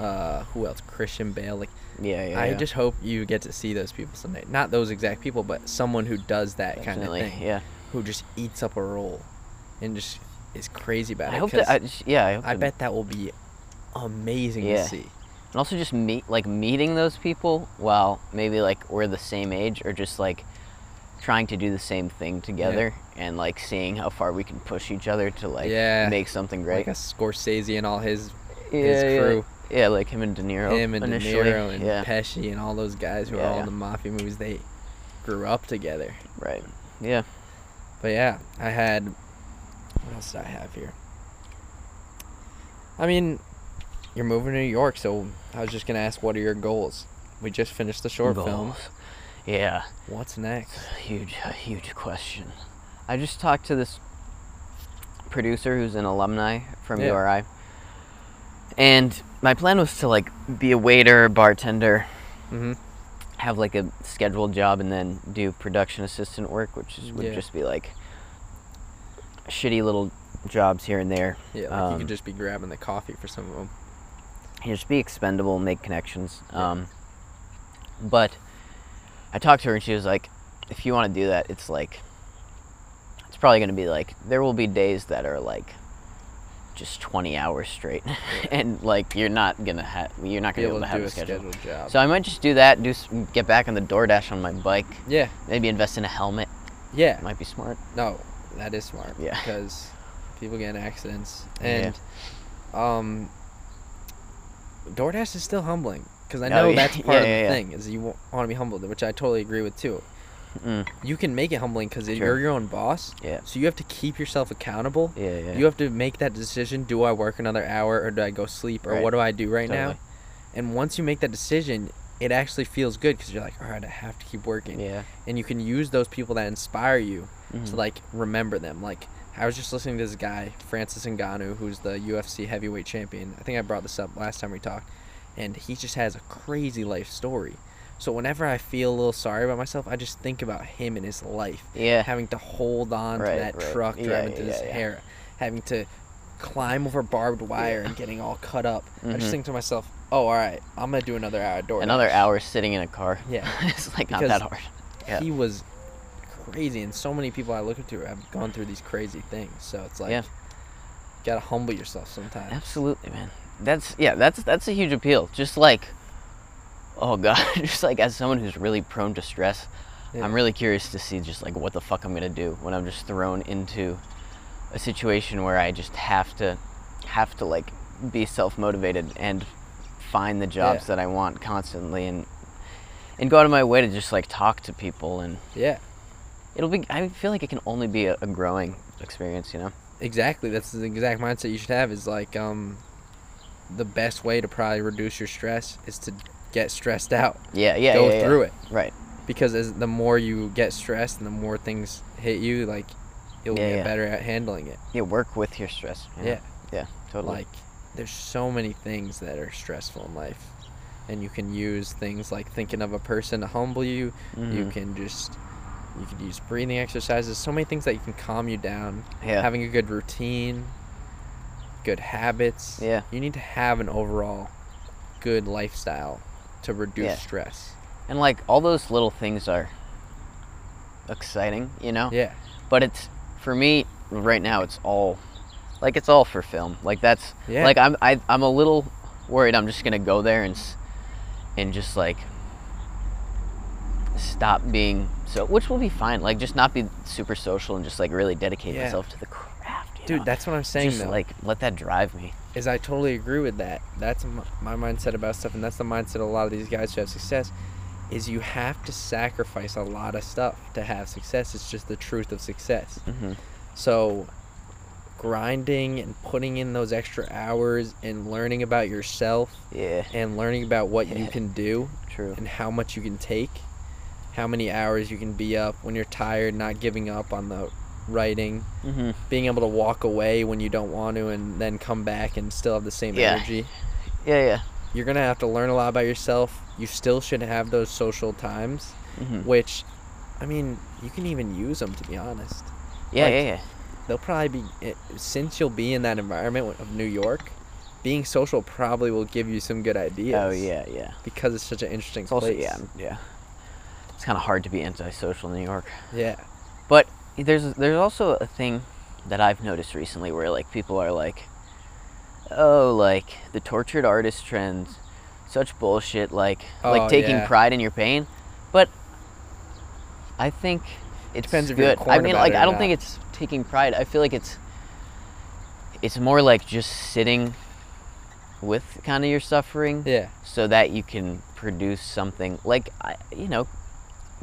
Speaker 1: yeah,
Speaker 2: Uh, who else? Christian Bale. Like,
Speaker 1: yeah, yeah.
Speaker 2: I
Speaker 1: yeah.
Speaker 2: just hope you get to see those people someday. Not those exact people, but someone who does that
Speaker 1: Definitely,
Speaker 2: kind of thing.
Speaker 1: yeah.
Speaker 2: who just eats up a roll and just is crazy about
Speaker 1: I
Speaker 2: it.
Speaker 1: hope
Speaker 2: 'cause
Speaker 1: that. I just, yeah, I, hope
Speaker 2: I
Speaker 1: that-
Speaker 2: bet that will be amazing
Speaker 1: Mm. Yeah.
Speaker 2: to see.
Speaker 1: And also just meet like meeting those people while maybe like we're the same age or just like trying to do the same thing together and like seeing how far we can push each other to like
Speaker 2: Yeah.
Speaker 1: make something
Speaker 2: Like
Speaker 1: great.
Speaker 2: a Scorsese and all his
Speaker 1: yeah,
Speaker 2: his
Speaker 1: yeah.
Speaker 2: crew.
Speaker 1: Yeah. like him and De Niro.
Speaker 2: him and De
Speaker 1: initially.
Speaker 2: Niro and
Speaker 1: yeah,
Speaker 2: Pesci and all those guys who are
Speaker 1: Yeah,
Speaker 2: all
Speaker 1: yeah.
Speaker 2: in the mafia movies. They grew up together.
Speaker 1: right. Yeah.
Speaker 2: But yeah, I had what else did I have here? I mean, you're moving to New York, so I was just gonna ask, what are your goals? We just finished the short film.
Speaker 1: Goals. Yeah.
Speaker 2: What's next?
Speaker 1: A huge, a huge question. I just talked to this producer who's an alumni from
Speaker 2: Yeah.
Speaker 1: URI, and my plan was to like be a waiter, bartender,
Speaker 2: Mm-hmm.
Speaker 1: have like a scheduled job, and then do production assistant work, which is, would
Speaker 2: Yeah.
Speaker 1: just be like shitty little jobs here and there.
Speaker 2: Yeah, like you
Speaker 1: Um,
Speaker 2: could just be grabbing the coffee for some of them.
Speaker 1: you know, just be expendable, make connections.
Speaker 2: Yeah.
Speaker 1: Um, but I talked to her and she was like, if you want to do that, it's like, it's probably going to be like, there will be days that are like just 20 hours straight. and like, you're not going to have, you're not going to be able to have
Speaker 2: do
Speaker 1: a schedule.
Speaker 2: scheduled job.
Speaker 1: So I might just do that, do s get back on the DoorDash on my bike,
Speaker 2: yeah,
Speaker 1: maybe invest in a helmet.
Speaker 2: yeah.
Speaker 1: That might be smart.
Speaker 2: No, that is smart.
Speaker 1: Yeah.
Speaker 2: Because people get in accidents,
Speaker 1: Yeah.
Speaker 2: and um, DoorDash is still humbling. Because I
Speaker 1: Oh,
Speaker 2: know
Speaker 1: yeah,
Speaker 2: that's
Speaker 1: yeah,
Speaker 2: part of the
Speaker 1: yeah, yeah.
Speaker 2: thing is you want to be humbled, which I totally agree with too.
Speaker 1: Mm,
Speaker 2: You can make it humbling because
Speaker 1: Sure.
Speaker 2: you're your own boss,
Speaker 1: yeah.
Speaker 2: so you have to keep yourself accountable.
Speaker 1: Yeah, yeah.
Speaker 2: You have to make that decision: do I work another hour, or do I go sleep, or
Speaker 1: Right.
Speaker 2: what do I do right now?
Speaker 1: Totally.
Speaker 2: And once you make that decision, it actually feels good because you're like, all right, I have to keep working.
Speaker 1: yeah.
Speaker 2: and you can use those people that inspire you
Speaker 1: Mhm.
Speaker 2: to like remember them. Like I was just listening to this guy Francis Ngannou, who's the UFC heavyweight champion. I think I brought this up last time we talked, and he just has a crazy life story. So whenever I feel a little sorry about myself, I just think about him and his life,
Speaker 1: Yeah.
Speaker 2: having to hold on
Speaker 1: Right,
Speaker 2: to that
Speaker 1: right.
Speaker 2: truck,
Speaker 1: Yeah,
Speaker 2: driving through
Speaker 1: yeah,
Speaker 2: this
Speaker 1: yeah.
Speaker 2: hair, having to climb over barbed wire and getting all cut up. I just
Speaker 1: Mhm.
Speaker 2: think to myself, "Oh, all right, I'm gonna do another hour door."
Speaker 1: Another hour sitting in a car.
Speaker 2: Yeah.
Speaker 1: it's like not
Speaker 2: Because
Speaker 1: that hard. Yeah.
Speaker 2: he was crazy, and so many people I look up to have gone through these crazy things. So it's like,
Speaker 1: Yeah.
Speaker 2: gotta humble yourself sometimes.
Speaker 1: Absolutely, man. That's yeah, that's that's a huge appeal. Just like oh god, just like as someone who's really prone to stress,
Speaker 2: Yeah.
Speaker 1: I'm really curious to see just like what the fuck I'm going to do when I'm just thrown into a situation where I just have to have to like be self motivated and find the jobs
Speaker 2: Yeah.
Speaker 1: that I want constantly and and go out of my way to just like talk to people and
Speaker 2: Yeah,
Speaker 1: it'll be I feel like it can only be a, a growing experience, you know.
Speaker 2: exactly. That's the exact mindset you should have. Is like um, the best way to probably reduce your stress is to get stressed out,
Speaker 1: Yeah, yeah,
Speaker 2: go
Speaker 1: yeah, yeah.
Speaker 2: through it.
Speaker 1: Right.
Speaker 2: because as the more you get stressed and the more things hit you, like you'll
Speaker 1: Yeah,
Speaker 2: get
Speaker 1: yeah.
Speaker 2: better at handling it.
Speaker 1: Yeah, work with your stress. you know?
Speaker 2: Yeah.
Speaker 1: Yeah, totally.
Speaker 2: Like there's so many things that are stressful in life, and you can use things like thinking of a person to humble you. You
Speaker 1: Mhm.
Speaker 2: can just you can use breathing exercises. So many things that you can calm you down.
Speaker 1: yeah.
Speaker 2: Having a good routine, good habits.
Speaker 1: Yeah.
Speaker 2: You need to have an overall good lifestyle to reduce
Speaker 1: Yeah.
Speaker 2: stress.
Speaker 1: and like all those little things are exciting, you know?
Speaker 2: Yeah.
Speaker 1: But it's for me right now it's all like it's all for film. Like that's
Speaker 2: Yeah.
Speaker 1: like I'm I, I'm a little worried I'm just going to go there and s- and just like stop being so which will be fine. Like just not be super social and just like really dedicate
Speaker 2: Yeah.
Speaker 1: myself to the craft. you
Speaker 2: Dude,
Speaker 1: know?
Speaker 2: that's what I'm saying
Speaker 1: just
Speaker 2: though.
Speaker 1: like let that drive me.
Speaker 2: is I totally agree with that. That's m- my mindset about stuff, and that's the mindset of a lot of these guys who have success. Is you have to sacrifice a lot of stuff to have success. It's just the truth of success.
Speaker 1: Mhm.
Speaker 2: So, grinding and putting in those extra hours and learning about yourself
Speaker 1: Yeah,
Speaker 2: and learning about what you
Speaker 1: Yeah.
Speaker 2: can do
Speaker 1: true.
Speaker 2: and how much you can take, how many hours you can be up when you're tired, not giving up on the writing,
Speaker 1: hmm
Speaker 2: being able to walk away when you don't want to and then come back and still have the same
Speaker 1: Yeah.
Speaker 2: energy.
Speaker 1: Yeah, yeah.
Speaker 2: You're going to have to learn a lot about yourself. You still should have those social times,
Speaker 1: hmm
Speaker 2: which, I mean, you can even use them, to be honest.
Speaker 1: Yeah,
Speaker 2: like-
Speaker 1: yeah, yeah.
Speaker 2: They'll probably be, it, since you'll be in that environment of New York, being social probably will give you some good ideas.
Speaker 1: Oh yeah, yeah.
Speaker 2: Because it's such an interesting
Speaker 1: It's also
Speaker 2: place.
Speaker 1: yeah, yeah. It's kind of hard to be antisocial in New York,
Speaker 2: Yeah.
Speaker 1: but there's there's also a thing that I've noticed recently where like people are like, oh, like the tortured artist trend, such bullshit. Like
Speaker 2: Oh,
Speaker 1: like taking
Speaker 2: yeah.
Speaker 1: pride in your pain, but I think it's
Speaker 2: Depends if
Speaker 1: good.
Speaker 2: you're
Speaker 1: I
Speaker 2: corn
Speaker 1: mean,
Speaker 2: about
Speaker 1: like
Speaker 2: it or
Speaker 1: I don't
Speaker 2: not.
Speaker 1: think it's taking pride. I feel like it's it's more like just sitting with kind of your suffering
Speaker 2: Yeah.
Speaker 1: so that you can produce something like I- you know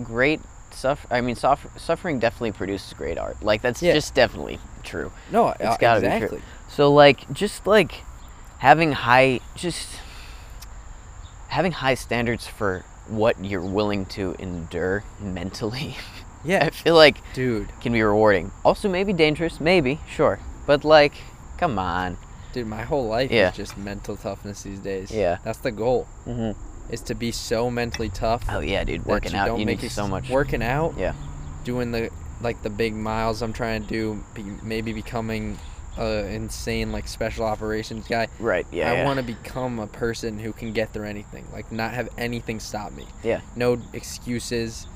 Speaker 1: great suff i mean suffer- suffering definitely produces great art like that's
Speaker 2: Yeah.
Speaker 1: just definitely true
Speaker 2: No,
Speaker 1: It's
Speaker 2: uh,
Speaker 1: gotta be true.
Speaker 2: exactly.
Speaker 1: so like just like having high just having high standards for what you're willing to endure mentally i
Speaker 2: Yeah.
Speaker 1: feel like
Speaker 2: Dude.
Speaker 1: can be rewarding also maybe dangerous maybe sure but like come on
Speaker 2: Dude, my whole life
Speaker 1: Yeah.
Speaker 2: is just mental toughness these days.
Speaker 1: Yeah.
Speaker 2: That's the goal.
Speaker 1: mm-hmm.
Speaker 2: Is to be so mentally tough.
Speaker 1: oh yeah dude
Speaker 2: that
Speaker 1: working
Speaker 2: you
Speaker 1: out
Speaker 2: don't
Speaker 1: you
Speaker 2: make
Speaker 1: need
Speaker 2: ex-
Speaker 1: so much
Speaker 2: Working out.
Speaker 1: yeah
Speaker 2: Doing the like the big miles I'm trying to do. Be, maybe becoming a insane like special operations guy.
Speaker 1: right yeah
Speaker 2: I
Speaker 1: yeah.
Speaker 2: want to become a person who can get through anything. Like not have anything stop me.
Speaker 1: Yeah.
Speaker 2: No excuses.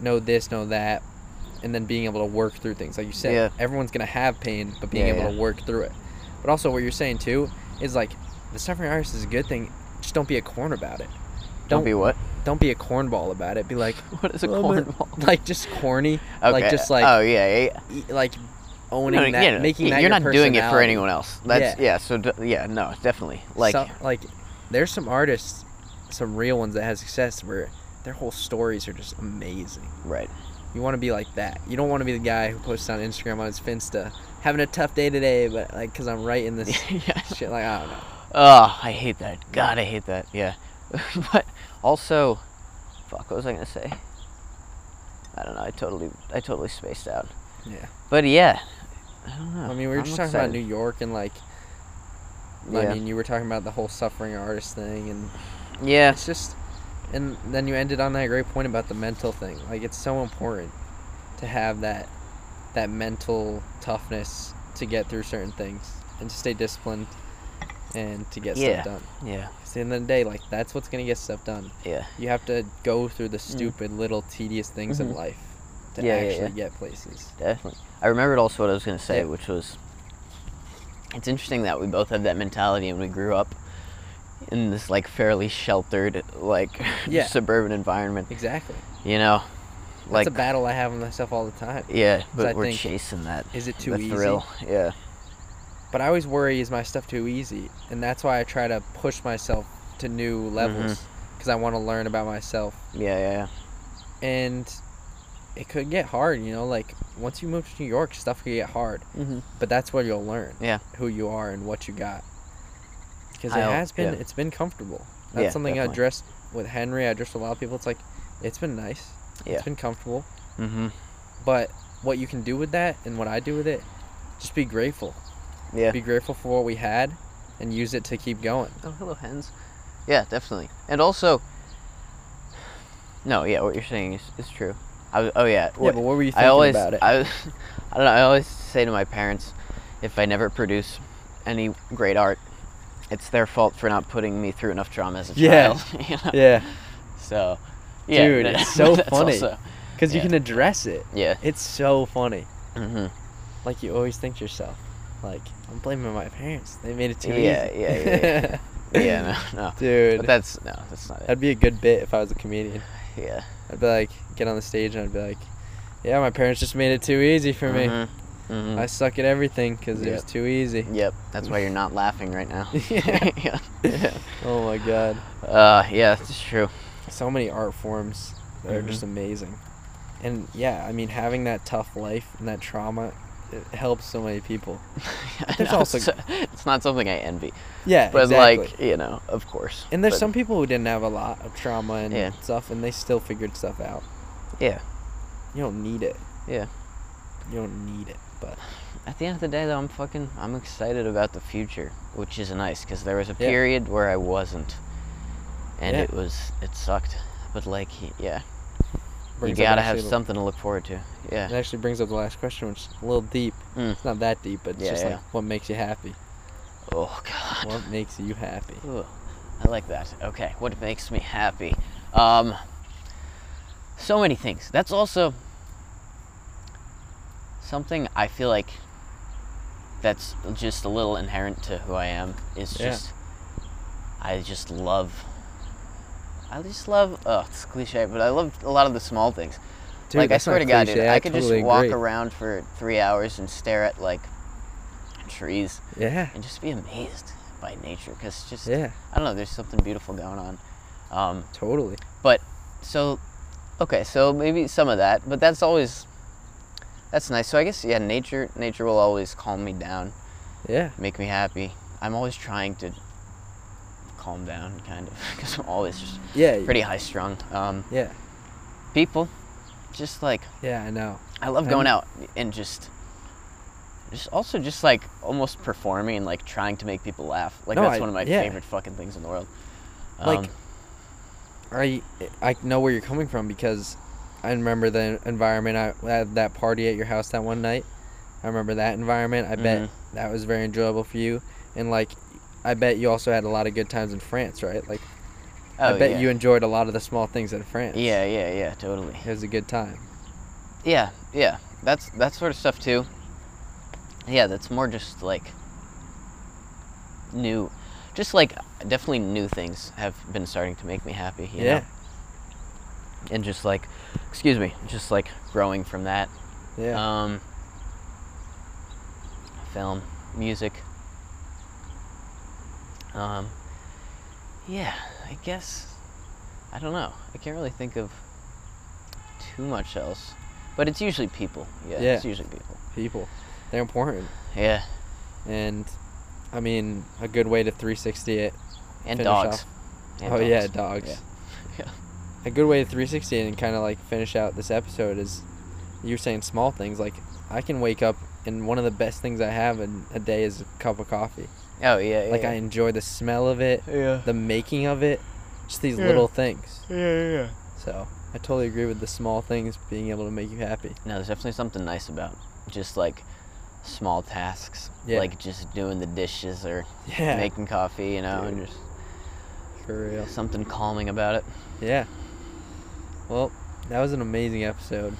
Speaker 2: No this. No that. And then being able to work through things, like you said,
Speaker 1: Yeah.
Speaker 2: everyone's gonna have pain, but being
Speaker 1: Yeah,
Speaker 2: able
Speaker 1: yeah.
Speaker 2: to work through it. But also, what you're saying too is like the suffering artist is a good thing. Just don't be a corn about it.
Speaker 1: don't be what
Speaker 2: Don't be a cornball about it. Be like,
Speaker 1: What is a
Speaker 2: "Well, but-"
Speaker 1: cornball?
Speaker 2: Like just corny. Like just like
Speaker 1: oh yeah, yeah.
Speaker 2: e- like owning
Speaker 1: No,
Speaker 2: that,
Speaker 1: yeah, no,
Speaker 2: making
Speaker 1: yeah,
Speaker 2: that
Speaker 1: you're
Speaker 2: your
Speaker 1: not doing it for
Speaker 2: personality.
Speaker 1: anyone else. That's yeah. so d- yeah, no, definitely. Like
Speaker 2: Some- like there's some artists, some real ones that have success where their whole stories are just amazing.
Speaker 1: right.
Speaker 2: You want to be like that. You don't want to be the guy who posts on Instagram on his Finsta, having a tough day today, but like, cause I'm writing this
Speaker 1: yeah.
Speaker 2: shit. Like I don't know.
Speaker 1: Oh, I hate that. God, I hate that. Yeah. but also, fuck, what was I gonna say? I don't know. I totally, I totally spaced out.
Speaker 2: Yeah.
Speaker 1: But yeah, I don't know.
Speaker 2: I mean, we were
Speaker 1: I'm
Speaker 2: just talking
Speaker 1: excited.
Speaker 2: about New York and like.
Speaker 1: Yeah.
Speaker 2: I mean, you were talking about the whole suffering artist thing, and
Speaker 1: Yeah,
Speaker 2: it's just, and then you ended on that great point about the mental thing. Like it's so important to have that, that mental toughness to get through certain things and to stay disciplined, and to get
Speaker 1: Yeah.
Speaker 2: stuff done.
Speaker 1: yeah,
Speaker 2: 'Cause at the end of the day, like that's what's gonna get stuff done.
Speaker 1: yeah.
Speaker 2: You have to go through the stupid little tedious things in
Speaker 1: Mhm.
Speaker 2: life to
Speaker 1: Yeah, yeah,
Speaker 2: actually
Speaker 1: yeah.
Speaker 2: get places.
Speaker 1: Definitely. I remembered also what I was going to say,
Speaker 2: Yeah.
Speaker 1: which was it's interesting that we both have that mentality and we grew up in this like fairly sheltered like
Speaker 2: Yeah.
Speaker 1: suburban environment,
Speaker 2: Exactly.
Speaker 1: you know.
Speaker 2: That's
Speaker 1: Like
Speaker 2: a battle I have with myself all the time.
Speaker 1: yeah,
Speaker 2: I
Speaker 1: but we're
Speaker 2: think-
Speaker 1: chasing that.
Speaker 2: Is it too
Speaker 1: the
Speaker 2: easy?
Speaker 1: thrill. Yeah.
Speaker 2: But I always worry is my stuff too easy, and that's why I try to push myself to new levels
Speaker 1: Mm-hmm.
Speaker 2: because I want to learn about myself.
Speaker 1: Yeah, yeah, yeah.
Speaker 2: And it could get hard, you know. Like once you move to New York, stuff could get hard,
Speaker 1: Mm-hmm.
Speaker 2: but that's where you'll learn
Speaker 1: Yeah.
Speaker 2: who you are and what you got. Because it
Speaker 1: I'll-
Speaker 2: has been,
Speaker 1: yeah.
Speaker 2: it's been comfortable. That's
Speaker 1: Yeah,
Speaker 2: something I
Speaker 1: definitely.
Speaker 2: addressed with Henry. I addressed with a lot of people. It's like, it's been nice.
Speaker 1: Yeah.
Speaker 2: It's been comfortable.
Speaker 1: Mm-hmm.
Speaker 2: But what you can do with that and what I do with it, just be grateful.
Speaker 1: Yeah.
Speaker 2: Be grateful for what we had and use it to keep going.
Speaker 1: Oh, hello, hens. Yeah, definitely. And also, no, yeah, what you're saying is, is true. I was, oh yeah.
Speaker 2: Yeah, but what were you
Speaker 1: I
Speaker 2: thinking
Speaker 1: always,
Speaker 2: about it?
Speaker 1: I, was- I don't know. I always say to my parents, if I never produce any great art, it's their fault for not putting me through enough trauma as a
Speaker 2: Yeah.
Speaker 1: child. you know?
Speaker 2: yeah.
Speaker 1: So, yeah,
Speaker 2: Dude, it's so
Speaker 1: that's
Speaker 2: funny.
Speaker 1: also-
Speaker 2: Because
Speaker 1: Yeah.
Speaker 2: you can address it.
Speaker 1: yeah.
Speaker 2: It's so funny.
Speaker 1: Mm-hmm.
Speaker 2: Like you always think to yourself, like, I'm blaming my parents. They made it too
Speaker 1: Yeah,
Speaker 2: easy.
Speaker 1: yeah, yeah, Yeah. No. no.
Speaker 2: Dude.
Speaker 1: But that's no. That's not it.
Speaker 2: That'd be a good bit if I was a comedian.
Speaker 1: Yeah.
Speaker 2: I'd be like, get on the stage and I'd be like, yeah, my parents just made it too easy for me.
Speaker 1: Mhm. Mhm.
Speaker 2: I suck at everything because it was
Speaker 1: Yep.
Speaker 2: too easy.
Speaker 1: Yep, that's why you're not laughing right now.
Speaker 2: Yeah.
Speaker 1: yeah. yeah.
Speaker 2: Oh my god.
Speaker 1: Uh, yeah, it's true.
Speaker 2: So many art forms that are
Speaker 1: Mhm.
Speaker 2: just amazing. And yeah, I mean, having that tough life and that trauma, it helps so many people.
Speaker 1: I
Speaker 2: there's
Speaker 1: know,
Speaker 2: also-
Speaker 1: it's, it's not something I envy,
Speaker 2: Yeah,
Speaker 1: but
Speaker 2: exactly.
Speaker 1: like you know, of course.
Speaker 2: and there's
Speaker 1: but-
Speaker 2: some people who didn't have a lot of trauma and
Speaker 1: Yeah.
Speaker 2: stuff, and they still figured stuff out.
Speaker 1: Yeah,
Speaker 2: You don't need it.
Speaker 1: yeah.
Speaker 2: You don't need it. But
Speaker 1: At the end of the day, though, I'm fucking, I'm excited about the future, which is nice because there was a
Speaker 2: Yeah.
Speaker 1: period where I wasn't, and
Speaker 2: Yeah.
Speaker 1: it was, it sucked. But like, yeah,
Speaker 2: brings up
Speaker 1: you gotta have
Speaker 2: actually the-
Speaker 1: something to look forward to.
Speaker 2: It
Speaker 1: Yeah.
Speaker 2: actually brings up the last question, which is a little deep.
Speaker 1: Mm.
Speaker 2: It's not that deep, but it's
Speaker 1: Yeah,
Speaker 2: just
Speaker 1: yeah.
Speaker 2: like what makes you happy.
Speaker 1: Oh God.
Speaker 2: What makes you happy?
Speaker 1: Ooh, I like that. Okay, what makes me happy? Um, so many things. That's also something I feel like that's just a little inherent to who I am. It's
Speaker 2: Yeah.
Speaker 1: just I just love. I just love. Oh, it's cliche, but I love a lot of the small things.
Speaker 2: Dude,
Speaker 1: like I
Speaker 2: that's
Speaker 1: swear to
Speaker 2: not
Speaker 1: God, dude,
Speaker 2: cliche.
Speaker 1: I,
Speaker 2: I
Speaker 1: could
Speaker 2: totally
Speaker 1: just walk
Speaker 2: agree.
Speaker 1: around for three hours and stare at like trees
Speaker 2: Yeah.
Speaker 1: and just be amazed by nature because just
Speaker 2: Yeah.
Speaker 1: I don't know. There's something beautiful going on. Um,
Speaker 2: Totally.
Speaker 1: but so, okay, so maybe some of that, but that's always that's nice. So I guess yeah, nature nature will always calm me down,
Speaker 2: Yeah.
Speaker 1: make me happy. I'm always trying to calm down, kind of, because I'm always just
Speaker 2: Yeah. y-
Speaker 1: pretty high strung. Um,
Speaker 2: Yeah.
Speaker 1: people, just like
Speaker 2: Yeah, I know.
Speaker 1: I love
Speaker 2: I'm-
Speaker 1: going out and just. Just also just like almost performing and like trying to make people laugh. Like
Speaker 2: No,
Speaker 1: that's
Speaker 2: I-
Speaker 1: one of my
Speaker 2: yeah.
Speaker 1: favorite fucking things in the world.
Speaker 2: Like,
Speaker 1: Um,
Speaker 2: I I know where you're coming from because I remember the environment I had that party at your house that one night. I remember that environment. I bet
Speaker 1: Mhm.
Speaker 2: that was very enjoyable for you and like I bet you also had a lot of good times in France, right? Like I
Speaker 1: oh,
Speaker 2: bet
Speaker 1: yeah.
Speaker 2: you enjoyed a lot of the small things in France.
Speaker 1: Yeah, yeah, yeah, totally.
Speaker 2: It was a good time.
Speaker 1: Yeah, yeah. That's that sort of stuff too. Yeah, that's more just like new just like definitely new things have been starting to make me happy, you
Speaker 2: yeah.
Speaker 1: know? And just like excuse me, just like growing from that.
Speaker 2: Yeah.
Speaker 1: Um film, music. Um yeah, I guess I don't know. I can't really think of too much else. But it's usually people. Yeah,
Speaker 2: Yeah.
Speaker 1: it's usually people.
Speaker 2: People. They're important.
Speaker 1: Yeah.
Speaker 2: And I mean, a good way to 360 it.
Speaker 1: And
Speaker 2: Finish
Speaker 1: dogs.
Speaker 2: off-
Speaker 1: And
Speaker 2: oh yeah,
Speaker 1: dogs.
Speaker 2: dogs.
Speaker 1: Yeah.
Speaker 2: A good way to 360 it and kind of like finish out this episode is you're saying small things like I can wake up and one of the best things I have in a day is a cup of coffee.
Speaker 1: Oh yeah, yeah.
Speaker 2: Like
Speaker 1: yeah.
Speaker 2: I enjoy the smell of it,
Speaker 1: Yeah.
Speaker 2: the making of it, just these
Speaker 1: Yeah.
Speaker 2: little things.
Speaker 1: Yeah, yeah, yeah.
Speaker 2: So, I totally agree with the small things being able to make you happy.
Speaker 1: No, there's definitely something nice about just like small tasks.
Speaker 2: Yeah.
Speaker 1: Like just doing the dishes or
Speaker 2: Yeah.
Speaker 1: making coffee, you know, and
Speaker 2: Dude.
Speaker 1: just
Speaker 2: for real.
Speaker 1: something calming about it.
Speaker 2: Yeah. Well, that was an amazing episode.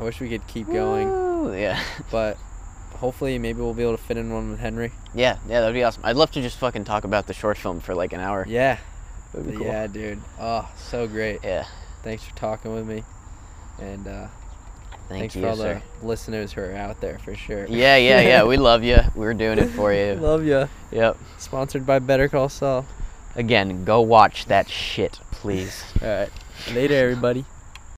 Speaker 2: I wish we could keep going.
Speaker 1: Woo, Yeah.
Speaker 2: but hopefully maybe we'll be able to fit in one with Henry.
Speaker 1: Yeah, yeah, that'd be awesome. I'd love to just fucking talk about the short film for like an hour.
Speaker 2: Yeah.
Speaker 1: That'd be cool.
Speaker 2: Yeah, dude. Oh, so great.
Speaker 1: Yeah.
Speaker 2: Thanks for talking with me. And uh,
Speaker 1: Thank
Speaker 2: Thanks
Speaker 1: you,
Speaker 2: for all
Speaker 1: sir.
Speaker 2: the listeners who are out there for sure.
Speaker 1: Yeah, yeah, yeah. We love you. We're doing it for you.
Speaker 2: Love ya.
Speaker 1: Yep.
Speaker 2: Sponsored by Better Call Saul.
Speaker 1: Again, go watch that shit, please.
Speaker 2: All right. Later, everybody.